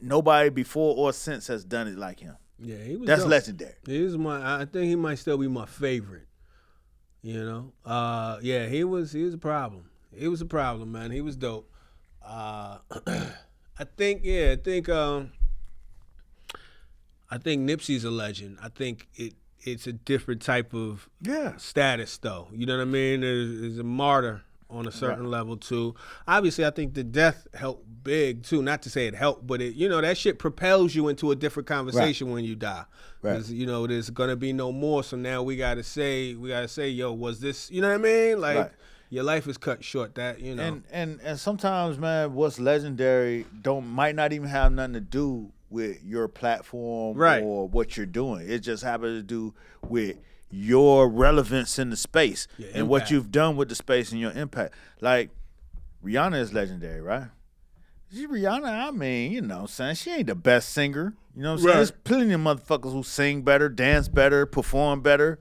nobody before or since has done it like him.
Yeah, he was.
That's
dope.
legendary.
He was my. I think he might still be my favorite. You know. Uh, yeah, he was. He was a problem. He was a problem, man. He was dope. Uh, I think. Yeah, I think. Um, I think Nipsey's a legend. I think it. It's a different type of
Yeah.
status, though. You know what I mean? Is, is a martyr on a certain level too. Obviously, I think the death helped big too. Not to say it helped, but it you know that shit propels you into a different conversation when you die.
Right.
'Cause, You know, there's gonna be no more. So now we gotta say, we gotta say, yo, was this? You know what I mean? Like
Right.
your life is cut short. That you know.
And and and sometimes, man, what's legendary don't might not even have nothing to do with your platform
Right.
or what you're doing. It just happens to do with your relevance in the space
Your
and what
impact.
you've done with the space and your impact. Like Rihanna is legendary, right? She Rihanna, I mean, you know what I'm saying? She ain't the best singer. You know what I'm saying?
Right.
There's plenty of motherfuckers who sing better, dance better, perform better.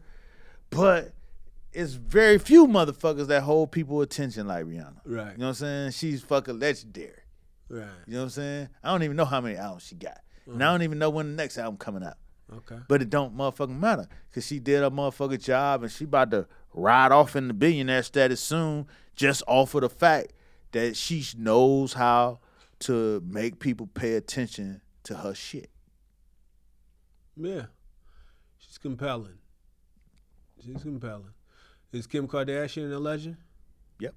But it's very few motherfuckers that hold people attention like Rihanna.
Right.
You know what I'm saying? She's fucking legendary.
right.
You know what I'm saying? I don't even know how many albums she got. And I don't even know when the next album coming out.
Okay.
But it don't motherfucking matter. Cause she did her motherfucking job and she about to ride off in the billionaire status soon just off of the fact that she knows how to make people pay attention to her shit.
Yeah. She's compelling. She's compelling. Is Kim Kardashian a legend?
Yep.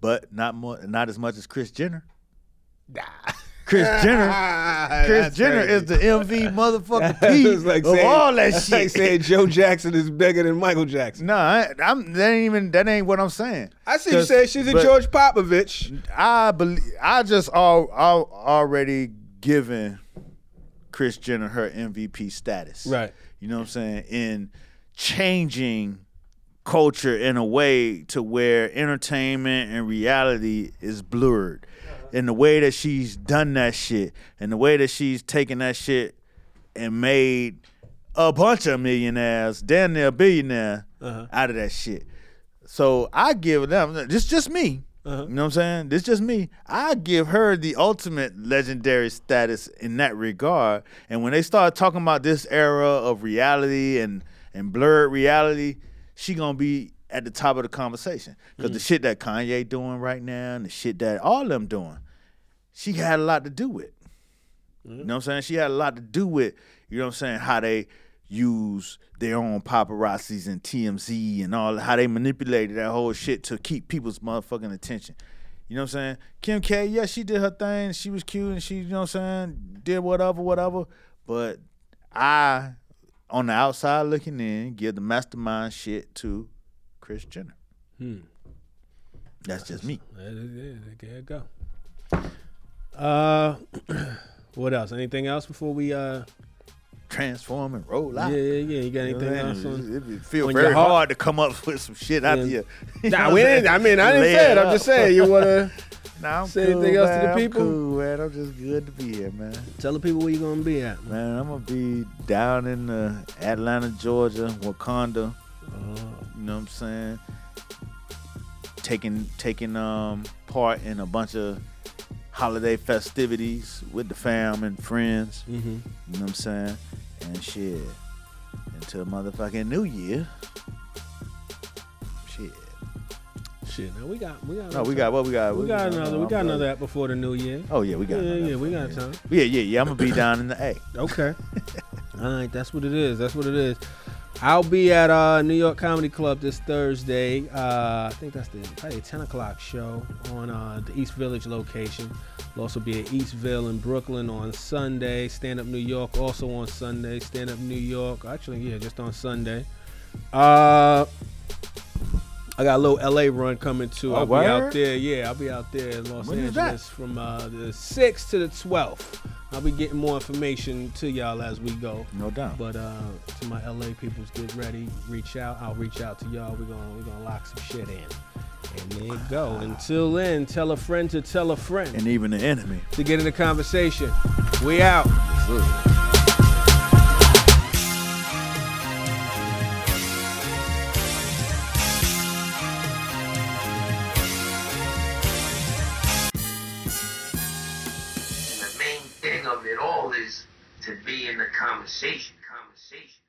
But not more not as much as Chris Jenner. Chris Jenner Chris Jenner is the MV motherfucking P
It's like
of
saying-
all that
that's
shit.
Like saying Joe Jackson is bigger than Michael Jackson.
No, I, I'm that ain't even that ain't what I'm saying.
I see you say she's a
but-
George Popovich.
I believe I just all, already given Chris Jenner her MVP status.
Right.
You know what I'm saying? In changing culture in a way to where entertainment and reality is blurred. And the way that she's done that shit and the way that she's taken that shit and made a bunch of millionaires, damn near a billionaire out of that shit. So I give them this just me. You know what I'm saying? This just me. I give her the ultimate legendary status in that regard. And when they start talking about this era of reality and and blurred reality, she gonna be at the top of the conversation. Cause the shit that Kanye doing right now and the shit that all them doing, she had a lot to do with. You know what I'm saying? She had a lot to do with, you know what I'm saying, how they use their own paparazzis and TMZ and all how they manipulated that whole shit to keep people's motherfucking attention. You know what I'm saying? Kim K, yeah, she did her thing. She was cute and she, you know what I'm saying, did whatever, whatever. But I, on the outside looking in, give the mastermind shit to Chris Jenner. That's just me.
That is it. There you go. Uh, what else? Anything else before we? Uh,
Transform and roll
yeah,
out.
yeah, yeah. You got anything else? On?
It, it feel
on your
very
heart?
hard to come up with some shit out of
Yeah.
you. You know
Nah,
what
we
I'm
didn't.
saying?
I mean, I didn't
Lay
say it.
up.
I'm just saying. You wanna
Nah, I'm
say
cool,
anything else to the
man. I'm
people?
cool, man. I'm just good to be here, man.
tell the people where you gonna be at.
Man, I'm gonna be down in uh, Atlanta, Georgia, Wakanda.
Uh,
You know what I'm saying? Taking taking um part in a bunch of holiday festivities with the fam and friends.
Mm-hmm.
You know what I'm saying? And shit. Until motherfucking New Year. Shit.
Shit. Now we got. We got.
No, we got what we got.
We got
no,
another.
I'm
We got
good.
another app before the new year.
Oh yeah, we got.
Yeah,
another
yeah,
one,
we got time.
Yeah, yeah, yeah. I'm gonna be down in the A.
Okay. All right. That's what it is. That's what it is. I'll be at uh, New York Comedy Club this Thursday. Uh, I think that's the probably a 10 o'clock show on uh, the East Village location. We'll also be at Eastville in Brooklyn on Sunday. Stand Up New York also on Sunday. Stand Up New York, actually, yeah, just on Sunday. Uh, I got a little LA run coming too. I'll be out
Oh, word?
there. Yeah, I'll be out there in Los
When is that?
Angeles from uh, the 6th to the 12th. I'll be getting more information to y'all as we go.
No doubt.
But uh, to my LA peoples, get ready, reach out. I'll reach out to y'all. We're gonna we're gonna lock some shit in. And there you go. Until then, tell a friend to tell a friend
and even the enemy.
to get in the conversation. We out.
And the main thing of it all is to be in the conversation. Conversation.